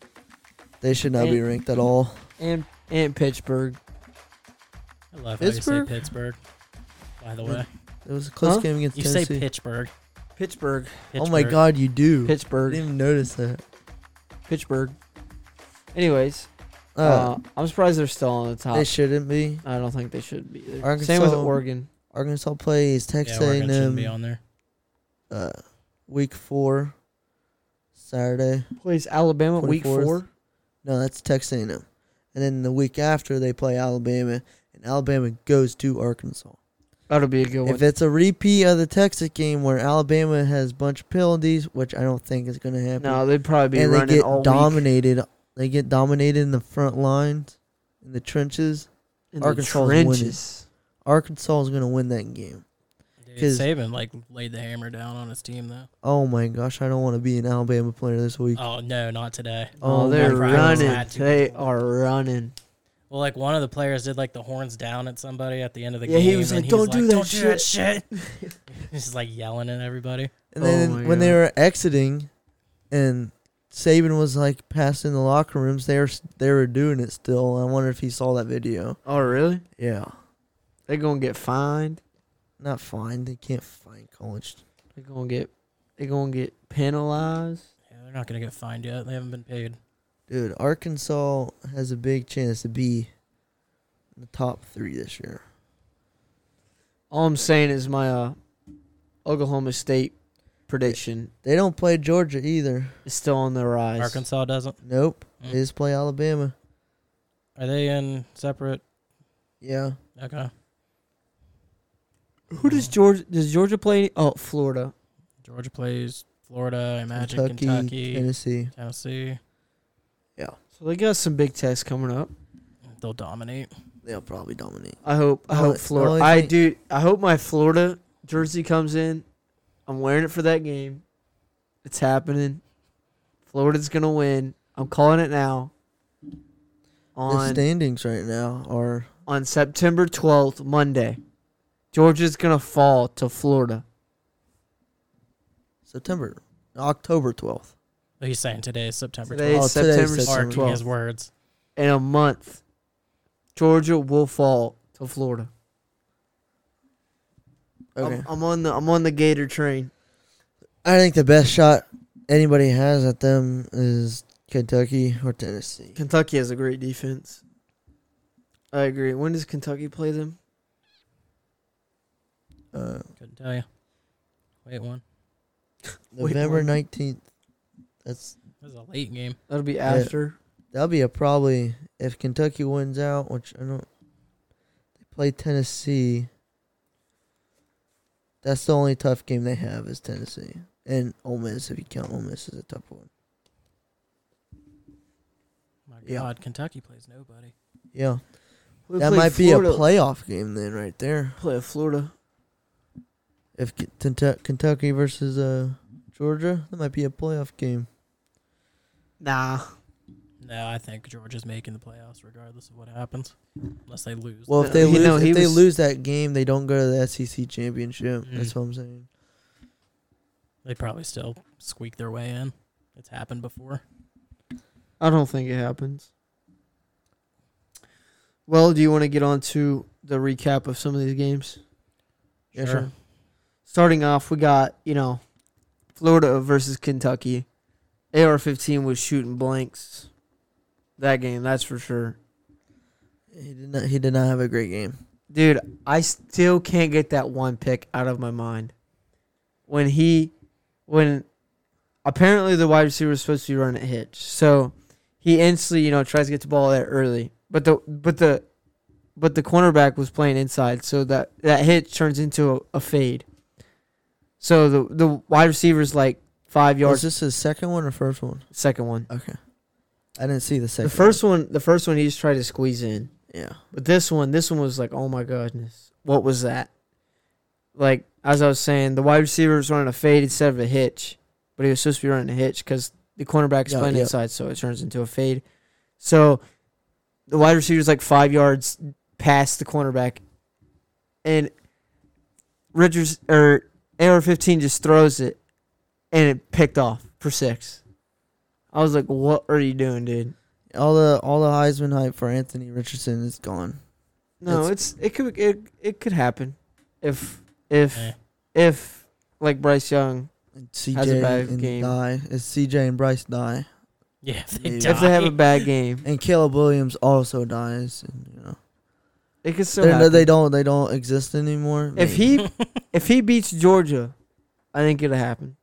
They should not be ranked at all.
and and Pittsburgh.
I love
Pittsburgh?
how you say Pittsburgh. By the way,
It was a close
Huh?
game against
you say
Tennessee.
Pittsburgh.
Pittsburgh,
Oh my
Pittsburgh.
God, you do. I
Pittsburgh,
didn't even notice that.
Pittsburgh. Anyways,
Uh,
uh, I'm surprised they're still on the top.
uh,
they shouldn't be.
I don't think they should be. Either. Same with
Arkansas-
Oregon.
Arkansas plays
Yeah,
Texas
Oregon shouldn't be
A&M
on there.
uh, week four, Saturday.
Plays Alabama week
24th.
four.
No, that's Texas A&M. and then the week after they play Alabama, and Alabama goes to Arkansas.
That'll be a good one.
If it's a repeat of the Texas game where Alabama has a bunch of penalties, which I don't think is going to happen,
no, they'd probably be
and they
running
get
all week
dominated, they get dominated in the front lines, in the trenches.
in the
Arkansas's winning.
trenches.
Arkansas is going to win that game.
Dude,
'Cause-
Saban like laid the hammer down on his team though.
Oh my gosh, I don't want to be an Alabama player this week.
Oh no, not today.
Oh,
Oh,
they're
my God.
running. They are running.
Well, like one of the players did like the horns down at somebody at the end of the
Yeah,
game.
he was
and
like, "Don't do that
"Don't do that shit." *laughs* He's just like yelling at everybody.
And
Oh
then
my
when they
God.
were exiting, and Saban was like passing the locker rooms, they were they were doing it still. I wonder if he saw that video.
Oh, really?
Yeah,
They're gonna get fined.
not fine. They can't find college.
They're gonna get. They're gonna get penalized.
Yeah, they're not gonna get fined yet. They haven't been paid.
Dude, Arkansas has a big chance to be in the top three this year.
All I'm saying is my uh, Oklahoma State prediction
They don't play Georgia either.
is still on the rise.
Arkansas doesn't.
Nope,
Hmm.
Mm.
they just play Alabama.
Are they in separate?
Yeah,
Okay,
Who does Georgia? Does Georgia play? any- Oh, Florida.
Georgia plays Florida. I imagine
Kentucky,
Kentucky,
Tennessee.
Tennessee.
So they got some big tests coming up.
They'll dominate.
They'll probably dominate.
I hope. I
The
hope
only- the only
Florida. I
thing-
do. I hope my Florida jersey comes in. I'm wearing it for that game. It's happening. Florida's gonna win. I'm calling it now.
the
On
standings right now are
on September 12th, Monday, Georgia's gonna fall to Florida.
September, October twelfth.
He's saying today is September
Today
12th.
is
Oh, today's
September
September
Marking his
12th.
words.
In a month, Georgia will fall to Florida.
Okay,
I'm, I'm on the I'm on the Gator train.
I think the best shot anybody has at them is Kentucky or Tennessee.
Kentucky has a great defense. I agree. When does Kentucky play them?
Uh,
Couldn't tell you. Wait, one.
Wait,
November
what?
nineteenth. That's
This is a late game.
That'll be
Yeah.
after.
that'll be a probably if Kentucky wins out, which I don't. They play Tennessee. That's the only tough game they have is Tennessee and Ole Miss. If you count Ole Miss as a tough one,
My
Yeah.
God, Kentucky plays nobody.
yeah,
We
that
play
might be a
Florida-
playoff game then, right there.
Play Florida.
If K- Kentu- Kentucky versus uh, Georgia, that might be a playoff game.
Nah.
No, I think Georgia's making the playoffs regardless of what happens, unless they lose.
Well,
Uh,
if they
you
lose,
know, he
if they
was-
lose that game, they don't go to the SEC championship.
Mm.
That's what I'm saying.
they probably still squeak their way in. It's happened before. *laughs*
I don't think it happens. Well, do you want to get on to the recap of some of these games?
Yeah, sure.
Starting off, we got, you know, Florida versus Kentucky. AR 15 was shooting blanks. That game, that's for sure.
He did not. He did not have a great game.
Dude, I still can't get that one pick out of my mind. When he, when apparently the wide receiver was supposed to be running a hitch, so he instantly you know tries to get the ball there early, but the but the but the cornerback was playing inside, so that that hitch turns into a, a fade. So the the wide receiver's like five
Was
yards.
this his second one or first one?
second one,
Okay, I didn't see the second.
the first one, the first one he just tried to squeeze in.
one. yeah.
But this one, this one was like, oh my goodness, what was that? Like as I was saying, the wide receiver was running a fade instead of a hitch, but he was supposed to be running a hitch because the cornerback's
Yeah,
playing
yeah.
inside, so it turns into a fade. So the wide receiver's like five yards past the cornerback, and Richards or AR fifteen just throws it, and it picked off for six. I was like, what are you doing, dude?
All the all the Heisman hype for Anthony Richardson is gone.
No, it's, it could it, it could happen if if
Eh.
if like Bryce Young
And
Has a
CJ
bad
and
game.
die. Is CJ and Bryce die,
Yeah, if they,
If
die.
if they have a bad game,
and Caleb Williams also dies. And, you know,
it could still
They're-
happen.
they don't they don't exist anymore.
if
Maybe.
he if he beats Georgia, I think it'll happen.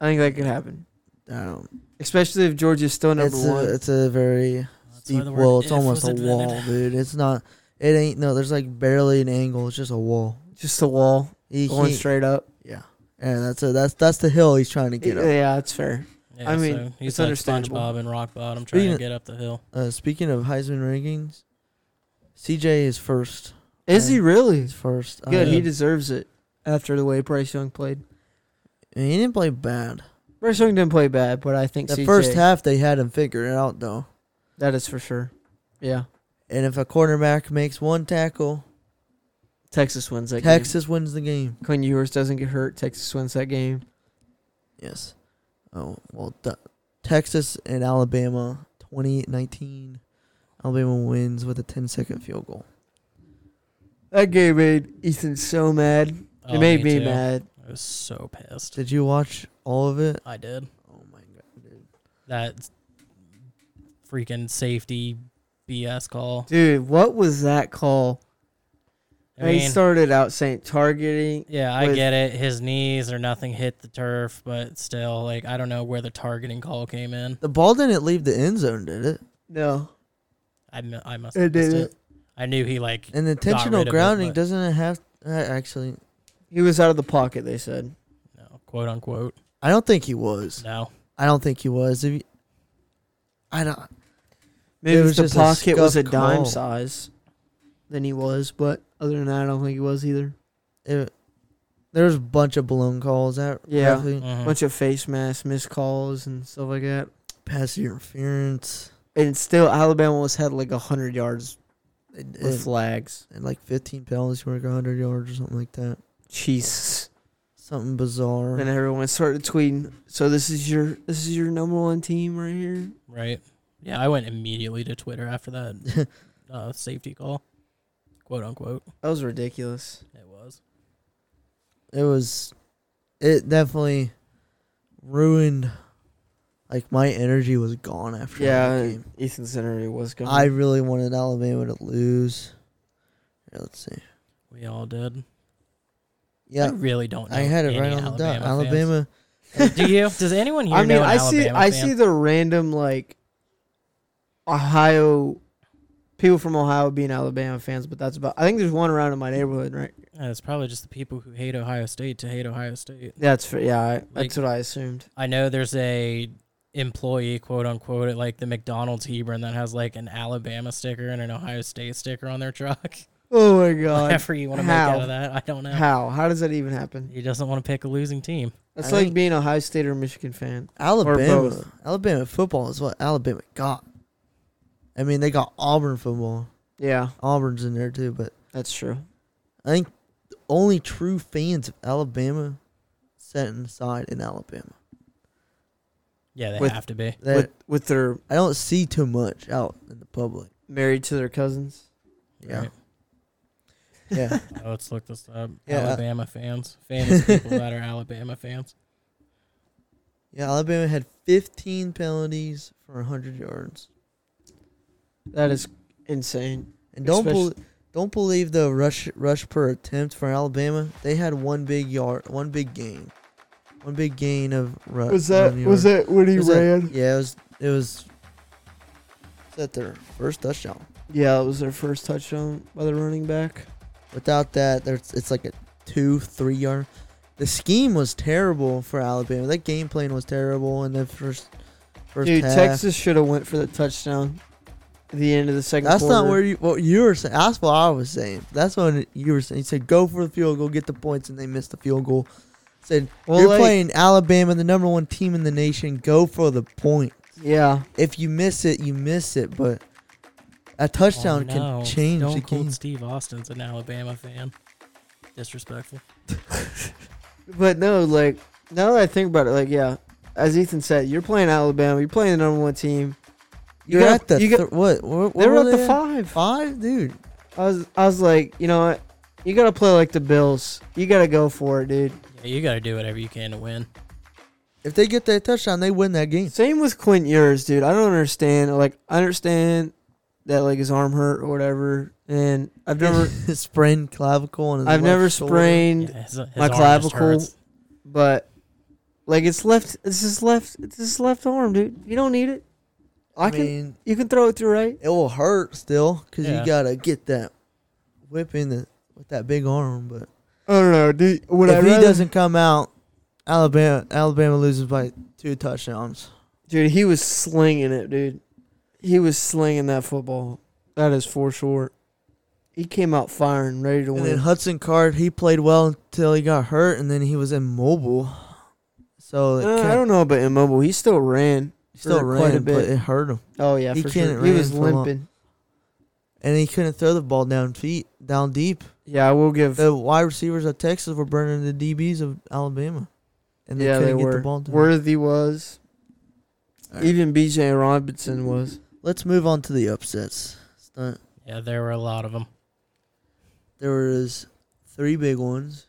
I think that could happen.
I don't.
Especially if Georgia's still number
it's uh,
one.
A, it's a very
That's why
steep
the word
wall. It's
if was
almost a
invented.
wall, dude. It's not. It ain't no. There's like barely an angle. It's just a wall.
Just the wall
He
going
can't-
straight up.
yeah. And that's a, that's that's the hill he's trying to get up.
Yeah, that's fair.
Yeah,
I mean,
so he's
it's
like
understandable.
SpongeBob and Rock Bottom trying
Speaking
to
of-
get up the hill.
Uh, speaking of Heisman rankings, CJ is first.
Is he
Yeah.
really?
He's first. I-
Good.
yeah.
He deserves it after the way Bryce Young played.
I mean, he didn't play bad.
Bryce Young didn't play bad, but I think
The
CJ,
first half they had him figured it out though.
That is for sure. Yeah,
And if a cornerback makes one tackle,
Texas wins that game.
Texas wins the game.
Quinn Ewers doesn't get hurt. Texas wins that game.
Yes. Oh well, th- Texas and Alabama, 28-19. Alabama wins with a 10-second field goal.
That game made Ethan so mad.
Oh,
it made me
too.
mad.
I was so pissed.
Did you watch all of it?
I did.
Oh my god, dude!
That freaking safety BS call.
Dude, what was that call?
I
he
mean,
started out saying targeting.
yeah, I
with-
get it. His knees or nothing hit the turf, but still, like, I don't know where the targeting call came in.
The ball didn't leave the end zone, did it?
No,
I, mi- I must have
it
missed
didn't.
it. I knew he, like,
And intentional
rid of it,
grounding
but-
doesn't it have uh, actually.
He was out of the pocket. They said.
no, quote unquote,
I don't think he was.
no.
I don't think he was. If he, I don't.
Maybe
It
if
was
the
just a
pocket was a
scuff
dime
call.
size than he was, but other than that, I don't think he was either.
It, there was a bunch of balloon calls that
Yeah.
referee-
Mhm.
Bunch of face mask missed calls and stuff like that.
pass interference,
And still, Alabama was had like hundred yards
and,
with
and-
flags.
and like 15 penalties for like 100 yards or something like that.
Jesus.
Something bizarre.
Then everyone started tweeting. So this is your this is your number one team right here.
Right. Yeah, I went immediately to Twitter after that
*laughs*
uh, safety call, quote unquote.
That was ridiculous.
It was.
it was it definitely ruined like my energy was gone after that
Yeah,
game.
Ethan Center was going.
I really wanted Alabama to lose. Here, let's see.
We all did. I
Yeah,
really don't know.
I had it
any
right on the dot.
fans.
Alabama.
Do you? Does anyone here
I mean,
know an
I see
Alabama
I
fan?
see the random like Ohio people from Ohio being Alabama fans, but that's about. I think there's one around in my neighborhood, right?
Yeah, it's probably just the people who hate Ohio State to hate Ohio State.
That's for, yeah. I,
Like-
that's what I assumed.
I know there's a employee, quote unquote, at like the McDonald's Hebron that has like an Alabama sticker and an Ohio State sticker on their truck. *laughs*
Oh my god!
Whatever you want to make out
how?
of that, I don't know.
How how does that even happen?
He doesn't want to pick a losing team.
That's
I
like
think-
being a Ohio State or Michigan fan. both.
Alabama. Alabama football is what Alabama got. I mean, they got Auburn football.
Yeah,
Auburn's in there too, but
that's true.
I think the only true fans of Alabama set inside in Alabama.
Yeah, they
With-
have to be.
That
with with their
I don't see too much out in the public.
married to their cousins.
Yeah.
Right.
Yeah.
Oh, let's look this up.
Yeah.
Alabama fans, famous people that are Alabama fans.
yeah, Alabama had 15 penalties for 100 yards.
That is insane.
And don't
Especially-
bel don't believe the rush rush per attempt for Alabama. They had one big yard, one big gain. One big gain of
Uh,
rush.
that when he
yeah, it was it was was that their first touchdown.
Yeah, it was their first touchdown by the running back.
Without that, there's it's like a two, three yard. The scheme was terrible for Alabama. That game plan was terrible in the first first
Dude,
half.
Texas should have went for the touchdown at the end of the second
That's
quarter.
not where you what you were saying. That's what I was saying. That's what you were saying. You said go for the field goal, get the points, and they missed the field goal. Said
Well,
you're
like-
playing Alabama, the number one team in the nation. Go for the point.
Yeah.
If you miss it, you miss it. But a touchdown
Oh, no.
can change
Stone
the
Cold
game.
Steve Austin's an Alabama fan. Disrespectful.
But no, like, now that I think about it, like, yeah, as Ethan said, you're playing Alabama, you're playing the number one team.
You're
gotta-
at the
you got-
th- what? what-
they
what
were at the
at?
five.
Five, dude.
I was, I was like, you know what? You got to play like the Bills. You got to go for it, dude.
Yeah, you got to do whatever you can to win.
If they get that touchdown, they win that game.
Same with Quint Ewers, dude. I don't understand. Like, I understand that, like, his arm hurt or whatever. And I've
*laughs*
never,
sprained clavicle and his
I've
left
never
shoulder.
sprained
Yeah, his, his
my
arm just
clavicle,
hurts.
but Like it's left. It's his left. It's his left arm, dude. You don't need it. I,
I
can.
mean,
you can throw it through right.
it will hurt still because
Yeah.
you gotta get that whip in the, with that big arm. But
I don't know. Dude, would
if he doesn't come out, Alabama Alabama loses by two touchdowns.
Dude, he was slinging it, dude. He was slinging that football. That is for sure. He came out firing, ready to
And
win.
then Hudson Card, he played well until he got hurt, and then he was immobile. So it
Uh, I
kept-
don't know about immobile. He still ran.
he still
for
ran,
quite a
but
bit.
it hurt him,
Oh yeah,
He
for
can't
sure. He
ran
was
for long.
limping.
and he couldn't throw the ball down feet down deep.
Yeah, I will give.
The wide receivers of Texas were burning the DBs of Alabama, and they
yeah, they
couldn't get
were.
the ball down.
Worthy was.
All right.
Even B.J. Robinson was.
Let's move on to the upsets. Stunt.
Yeah, there were a lot of them.
There was three big ones.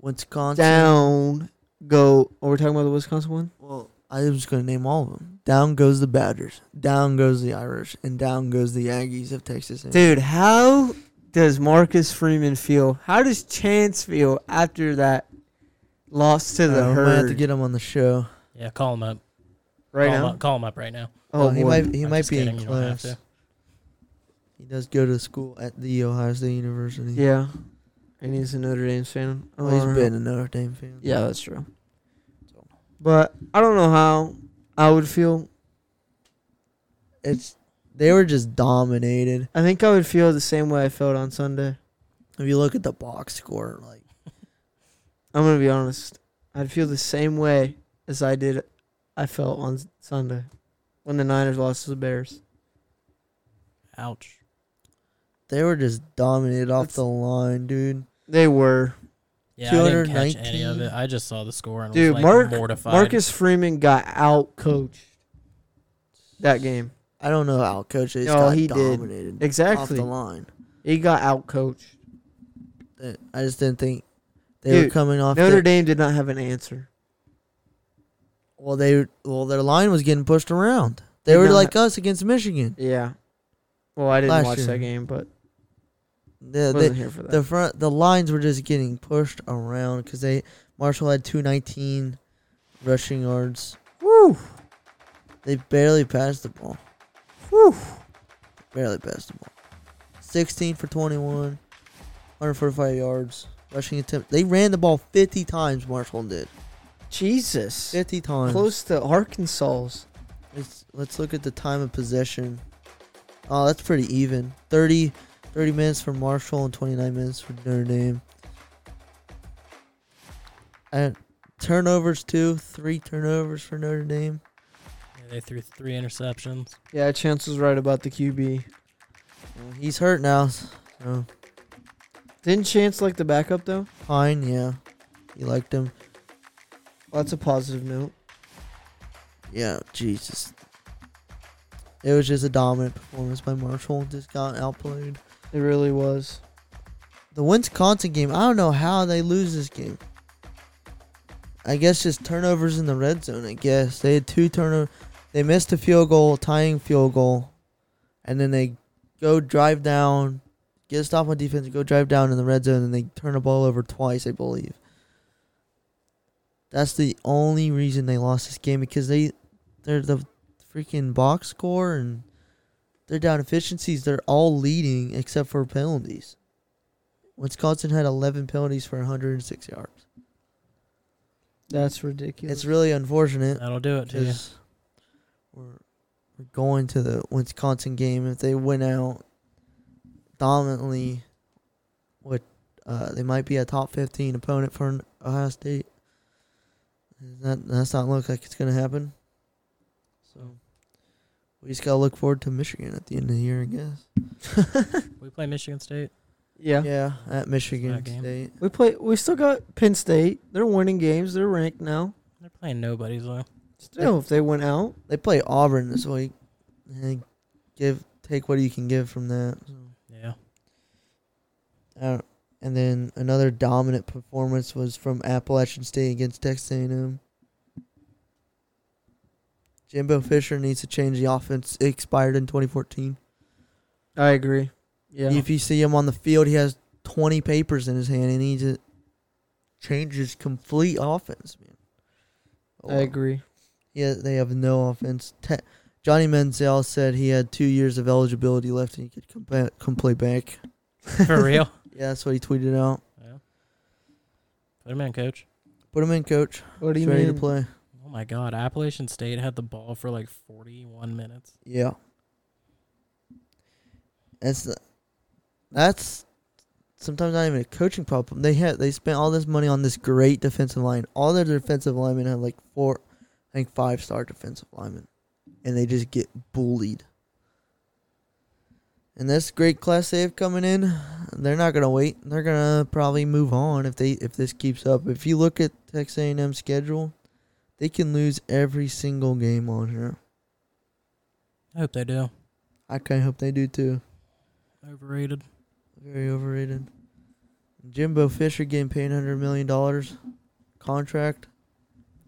Wisconsin.
Down go. Are we talking about the Wisconsin one?
Well, I was going to name all of them. Down goes the Badgers. Down goes the Irish, and down goes the Aggies of Texas. A&M.
Dude, how does Marcus Freeman feel? How does Chance feel after that loss to the
Uh, we might have
herd
to get him on the show.
Yeah, call him up.
right
call
now?
Him up, call him up right now.
Oh,
Uh, he
boy.
might he
I'm
might
just
be
kidding,
in
you don't have
class.
to.
He does go to school at the Ohio State University.
Yeah, and he's a Notre Dame fan.
Well, Oh, he's
Uh,
been a Notre Dame fan.
Yeah, that's true.
So.
But I don't know how I would feel.
It's they were just dominated.
I think I would feel the same way I felt on Sunday.
If you look at the box score, like
I'm gonna be honest. I'd feel the same way as I did. I felt on Sunday when the Niners lost to the Bears.
Ouch.
they were just dominated off
That's-
the line, dude.
They were.
Yeah, I didn't catch any of
219.
it. I just saw the score and
Dude,
was like
Mark-
mortified.
Marcus Freeman got out coached that game.
I don't know how coach just
No,
got
he did.
dominated off
Exactly.
the line.
He got out coached.
Uh, I just didn't think they were
Dude,
coming off.
Notre
the-
Dame did not have an answer.
well, they well their line was getting pushed around. They
Did
were
not-
like us against Michigan.
Yeah. Well, I didn't
Last
watch
year.
that game, but
The,
wasn't
the,
here for that.
the front the lines were just getting pushed around because they Marshall had two nineteen rushing yards.
Woo!
They barely passed the ball.
Whew.
Barely passed the ball. 16 for 21, 145 yards. Rushing attempt. They ran the ball 50 times, Marshall did.
Jesus.
50 times.
Close to Arkansas's.
Let's, let's look at the time of possession. Oh, that's pretty even. 30, 30 minutes for Marshall and 29 minutes for Notre Dame. And turnovers, too. Three turnovers for Notre Dame.
Yeah, they threw three interceptions.
Yeah, Chance was right about the QB.
Well, He's hurt now. So.
Didn't Chance like the backup though?
Pine, yeah. You liked him.
Well, that's a positive note.
Yeah, Jesus. It was just a dominant performance by Marshall. Just got outplayed.
It really was.
The Wisconsin game, I don't know how they lose this game. I guess just turnovers in the red zone, I guess. They had two turnovers. They missed a field goal, tying field goal. And then they go drive down, get a stop on defense, go drive down in the red zone, and they turn the ball over twice, I believe. That's the only reason they lost this game because they they're the freaking box score and they're down efficiencies. They're all leading except for penalties. Wisconsin had 11 penalties for 106 yards.
That's ridiculous.
It's really unfortunate
That'll do it to you.
because we're, we're going to the Wisconsin game. If they win out dominantly, what uh, they might be a top 15 opponent for an- Ohio State. That that's not look like it's going to happen. So we just got to look forward to Michigan at the end of the year, I guess.
We play Michigan State.
yeah.
Yeah, at Michigan
That game.
State.
We play. We still got Penn State. They're winning games. They're ranked now.
They're playing nobody's though.
Still, if they went out,
They play Auburn this week. And give take what you can give from that. So. *laughs*
Yeah.
Uh, and then another dominant performance was from Appalachian State against Texas A&M. Jimbo Fisher needs to change the offense. It expired in 2014.
I agree. Yeah.
If you see him on the field, he has 20 papers in his hand. He needs to changes complete offense, man. Oh,
I agree.
Yeah, they have no offense. Te- Johnny Manziel said he had two years of eligibility left and he could come, back, come play back.
For real.
Yeah, that's what he tweeted out.
Yeah. Put him in, coach.
Put him in, coach.
What do
He's
you
ready
mean?
to play.
Oh my God. Appalachian State had the ball for like 41 minutes.
Yeah. That's the, that's sometimes not even a coaching problem. They had they spent all this money on this great defensive line. All their defensive linemen had like four, I think five star defensive linemen, and they just get bullied. And this great class they have coming in, they're not gonna wait. They're gonna probably move on if they if this keeps up. If you look at Texas A and M schedule, they can lose every single game on here.
I hope they do.
I kind of hope they do too.
Overrated.
Very overrated. Jimbo Fisher getting paid hundred million dollars contract.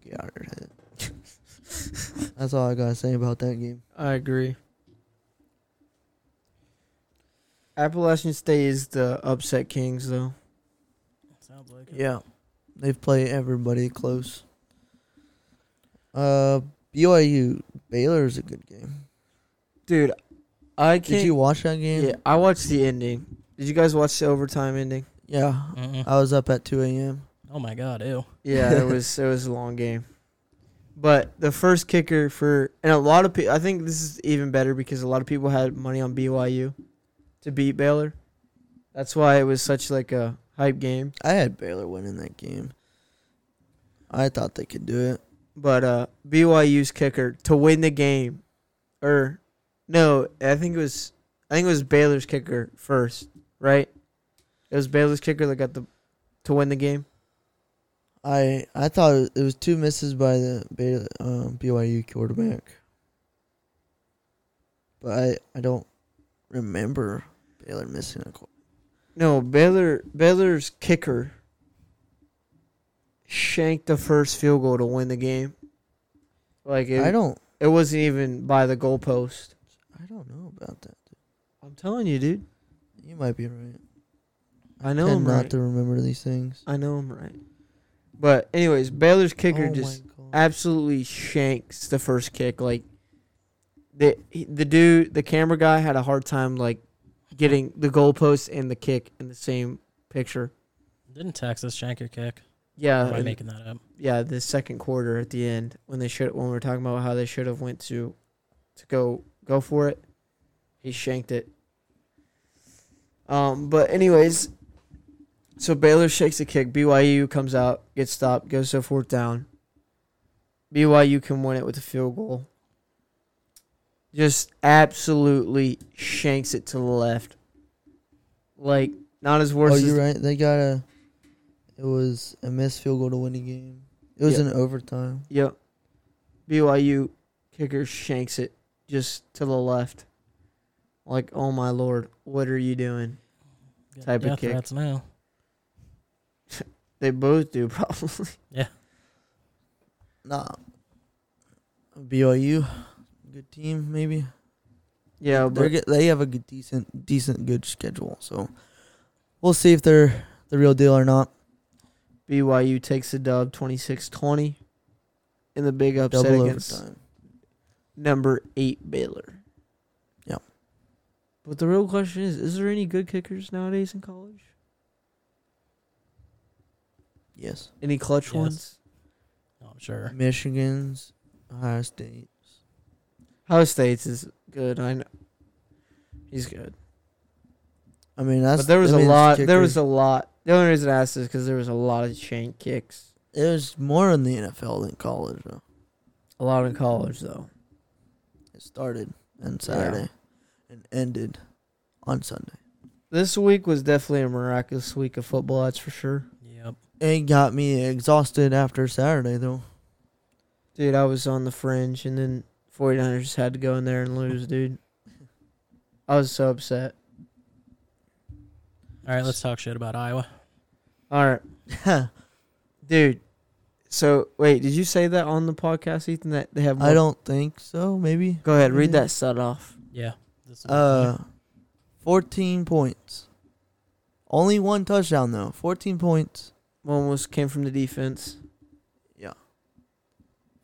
Get out of here. *laughs* That's all I gotta say about that game.
I agree. Appalachian State is the upset kings, though.
Sounds like it.
Yeah, they've played everybody close. Uh, BYU Baylor is a good game.
Dude, I can't.
Did you watch that game?
Yeah, I watched the ending. Did you guys watch the overtime ending?
Yeah,
Mm-mm.
I was up at two a.m.
Oh my God. Ew.
Yeah, it was it was a long game. But the first kicker for and a lot of people I think this is even better because a lot of people had money on BYU to beat Baylor. That's why it was such like a hype game.
I had Baylor winning that game. I thought they could do it.
But uh BYU's kicker to win the game or no, I think it was I think it was Baylor's kicker first, right? It was Baylor's kicker that got the to win the game.
I I thought it was two misses by the Bay- uh, BYU quarterback, but I I don't remember Baylor missing a. Qu-
No, Baylor Baylor's kicker shanked the first field goal to win the game. Like it,
I don't
it wasn't even by the goalpost.
I don't know about that.
I'm telling you, dude.
You might be right.
I know
Tend
I'm
not
right.
to remember these things.
I know I'm right. But anyways, Baylor's kicker
Oh
just
my God.
absolutely shanks the first kick. Like the he- the dude, the camera guy had a hard time like getting the goalpost and the kick in the same picture.
Didn't Texas shank your kick?
Yeah,
Am I
and-
making that up?
yeah, the second quarter at the end when they should when we were talking about how they should have went to to go go for it. He shanked it. Um, but anyways, so Baylor shakes a kick. BYU comes out, gets stopped, goes to a fourth down. BYU can win it with a field goal. Just absolutely shanks it to the left. Like not as worse
Oh,
as
you're right. They got a. It was a missed field goal to win the game. It was
Yeah.
an overtime.
Yep. BYU kicker shanks it just to the left. Like, oh my lord, what are you doing?
Got
Type of
death
kick.
threats now.
They both do *laughs* probably.
Nah. BYU, good team maybe.
yeah,
They're
but
good, they have a good, decent, decent, good schedule. So we'll see if they're the real deal or not.
BYU takes the dub 26-20 in the big upset
Double
against
overtime.
number 8 Baylor.
Yep.
But the real question is, is there any good kickers nowadays in college?
Yes,
Any clutch
Yes.
ones?
No, I'm Oh, sure.
Michigan's, Ohio State.
Ohio State's is good. I know. He's good.
I mean, that's
but there was
I
a
mean, it's
lot. There
kicker.
was a lot. The only reason I asked is because there was a lot of shank kicks.
it was more in the NFL than college. Though.
A lot in college, though.
It started on Saturday and ended on Sunday.
This week was definitely a miraculous week of football. That's for sure,
Yep.
It got me exhausted after Saturday though.
dude. I was on the fringe, and then 49ers had to go in there and lose, dude. I was so upset.
All right, let's talk shit about Iowa.
All right, *laughs* dude. So wait, did you say that on the podcast, Ethan? That they have?
I don't think so. Maybe
Go ahead, read
Mhm.
that set off.
Yeah. This is
Uh, 14 points. Only one touchdown, though. 14 points.
One was came from the defense.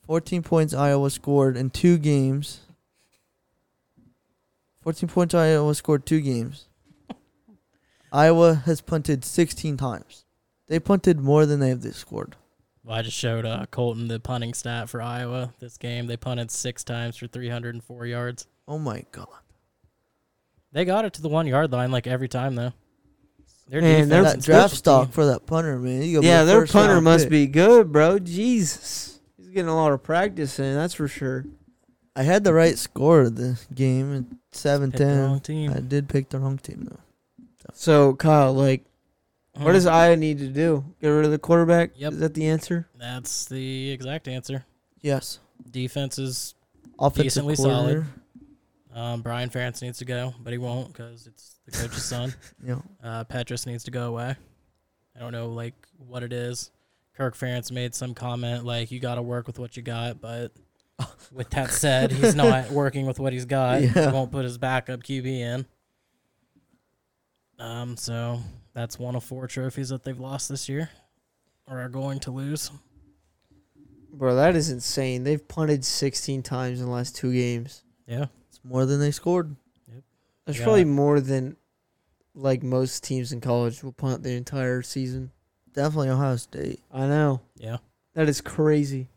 14 points Iowa scored in two games. 14 points Iowa scored two games.
*laughs*
Iowa has punted 16 times. They punted more than they have they scored.
Well, I just showed uh, Colton the punting stat for Iowa this game. They punted six times for 304 yards.
Oh my god.
They got it to the one yard line like every time though. Their
Man, they're-
defense
that
and
draft
special
stock
team-
for that punter, man. He's gonna be
Yeah,
a
their
first
punter
round
must
pick.
be good, bro. Jesus. He's getting a lot of practice in, that's for sure.
I had
*laughs*
the right score of the game at
picked the
7-10.
wrong team.
I did pick the wrong team though.
So, Kyle, like, what
Mhm.
does Iowa need to do? Get rid of the quarterback?
Yep.
Is that the answer?
That's the exact answer.
Yes.
Defense is
Offensive
Decently
coordinator.
solid. um, Brian Ferentz needs to go, but he won't because it's the coach's son.
Yeah.
Uh, Petrus needs to go away. I don't know like what it is. Kirk Ferentz made some comment like you got to work with what you got,
*laughs*
but with that said, he's not working with what he's got.
Yeah.
He won't put his backup QB in. Um, so that's one of four trophies that they've lost this year, or are going to lose.
Bro, that is insane. They've punted 16 times in the last two games.
Yeah,
It's more than they scored.
That's
Yeah.
probably more than, like, most teams in college will punt the entire season.
Definitely Ohio State.
I know.
yeah.
That is crazy.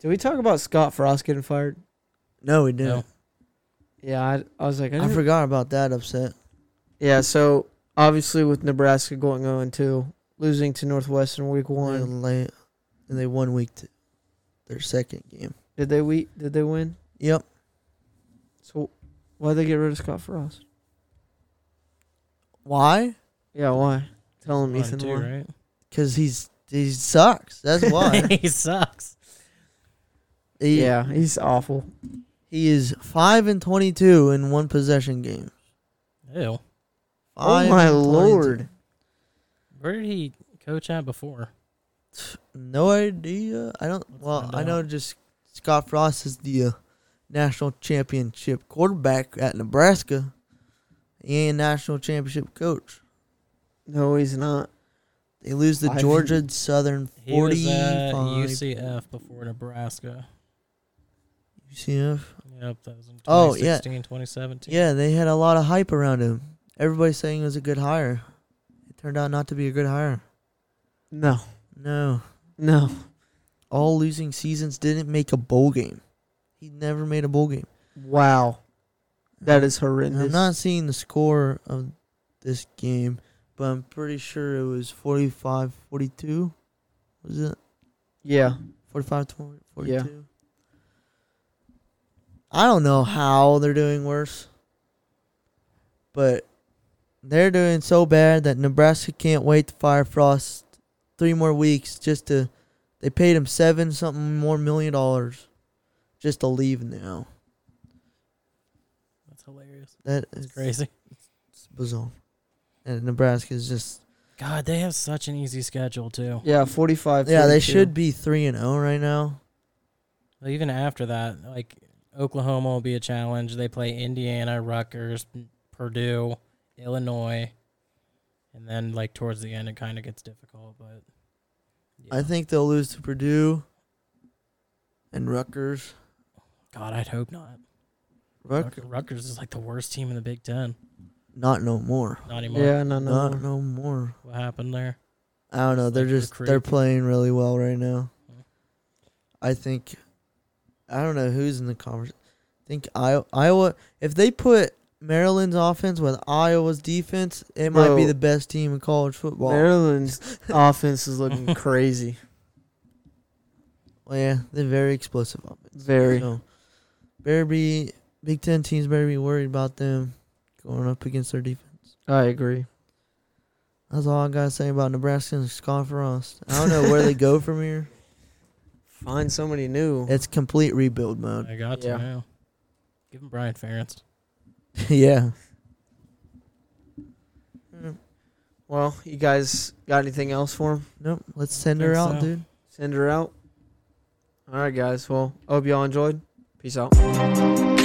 Did we talk about Scott Frost getting fired?
No, we didn't.
No.
Yeah, I, I was like, I,
I
didn't-
forgot about that upset.
Yeah, so obviously with Nebraska going 0 2, losing to Northwestern week
One
one,
late, and they won week two, their second game.
did they we did they win?
Yep,
So why'd they get rid of Scott Frost?
why?
Yeah, why? Tell him
One,
Ethan
two,
why.
right?
Because he's he sucks.
*laughs*
That's why.
he sucks.
he,
Yeah, he's awful.
he is five and twenty-two in one possession game.
Ew.
Oh
Five
my
and 22.
lord.
Where did he coach at before?
No idea. I don't.
Let's
Well,
find
I know just Scott Frost is the uh, national championship quarterback at Nebraska, and national championship coach.
No, he's not.
They lose the
I've-
Georgia Southern
He was
forty-five.
at UCF before Nebraska.
UCF.
Yep, that was in
Oh, yeah.
2016, 2017.
Yeah, they had a lot of hype around him. Everybody saying it was a good hire. It turned out not to be a good hire.
No.
No.
No.
All losing seasons didn't make a bowl game. He never made a bowl game.
Wow. That is
And
horrendous.
I'm not seeing the score of this game, but I'm pretty sure it was 45 42. Was it?
yeah.
45 20, 42. I don't know how they're doing worse, but they're doing so bad that Nebraska can't wait to fire Frost three more weeks just to. They paid him seven something more million dollars just to leave now.
That's hilarious.
That
That's
is
crazy.
It's bizarre. And Nebraska is just
God, they have such an easy schedule, too.
Yeah, 45.
yeah. They
42.
should be three and zero right now.
Like, Even after that, like Oklahoma will be a challenge. They play Indiana, Rutgers, Purdue, Illinois. And then, like, towards the end, it kind of gets difficult. But yeah.
I think they'll lose to Purdue and Rutgers.
God, I'd hope not.
Ruck-
Rutgers. Rutgers is like the worst team in the Big Ten.
not no more.
Not anymore.
Yeah, no, no.
Not
no.
no more.
What happened there?
I don't know.
Just
They're
like
just
recruit.
they're playing really well right now.
Mhm.
I think I don't know who's in the conversation. I think Iowa, Iowa if they put Maryland's offense with Iowa's defense, it might be
Bro.
the best team in college football. *laughs*
Maryland's offense is looking crazy.
well, yeah, they're very explosive offense.
Very.
So better be Big Ten teams better be worried about them going up against their defense.
I agree.
That's all I gotta say about Nebraska and Scott Frost. I don't know where they go from
*laughs*
here.
Find somebody new.
It's complete rebuild mode. *laughs*
I got
Yeah.
to now. Give him Brian Ferentz.
yeah.
Well, you guys got anything else for him?
Nope. Let's send
think
her
so.
out, dude.
send her out. All right, guys. Well, hope y'all enjoyed. Peace out.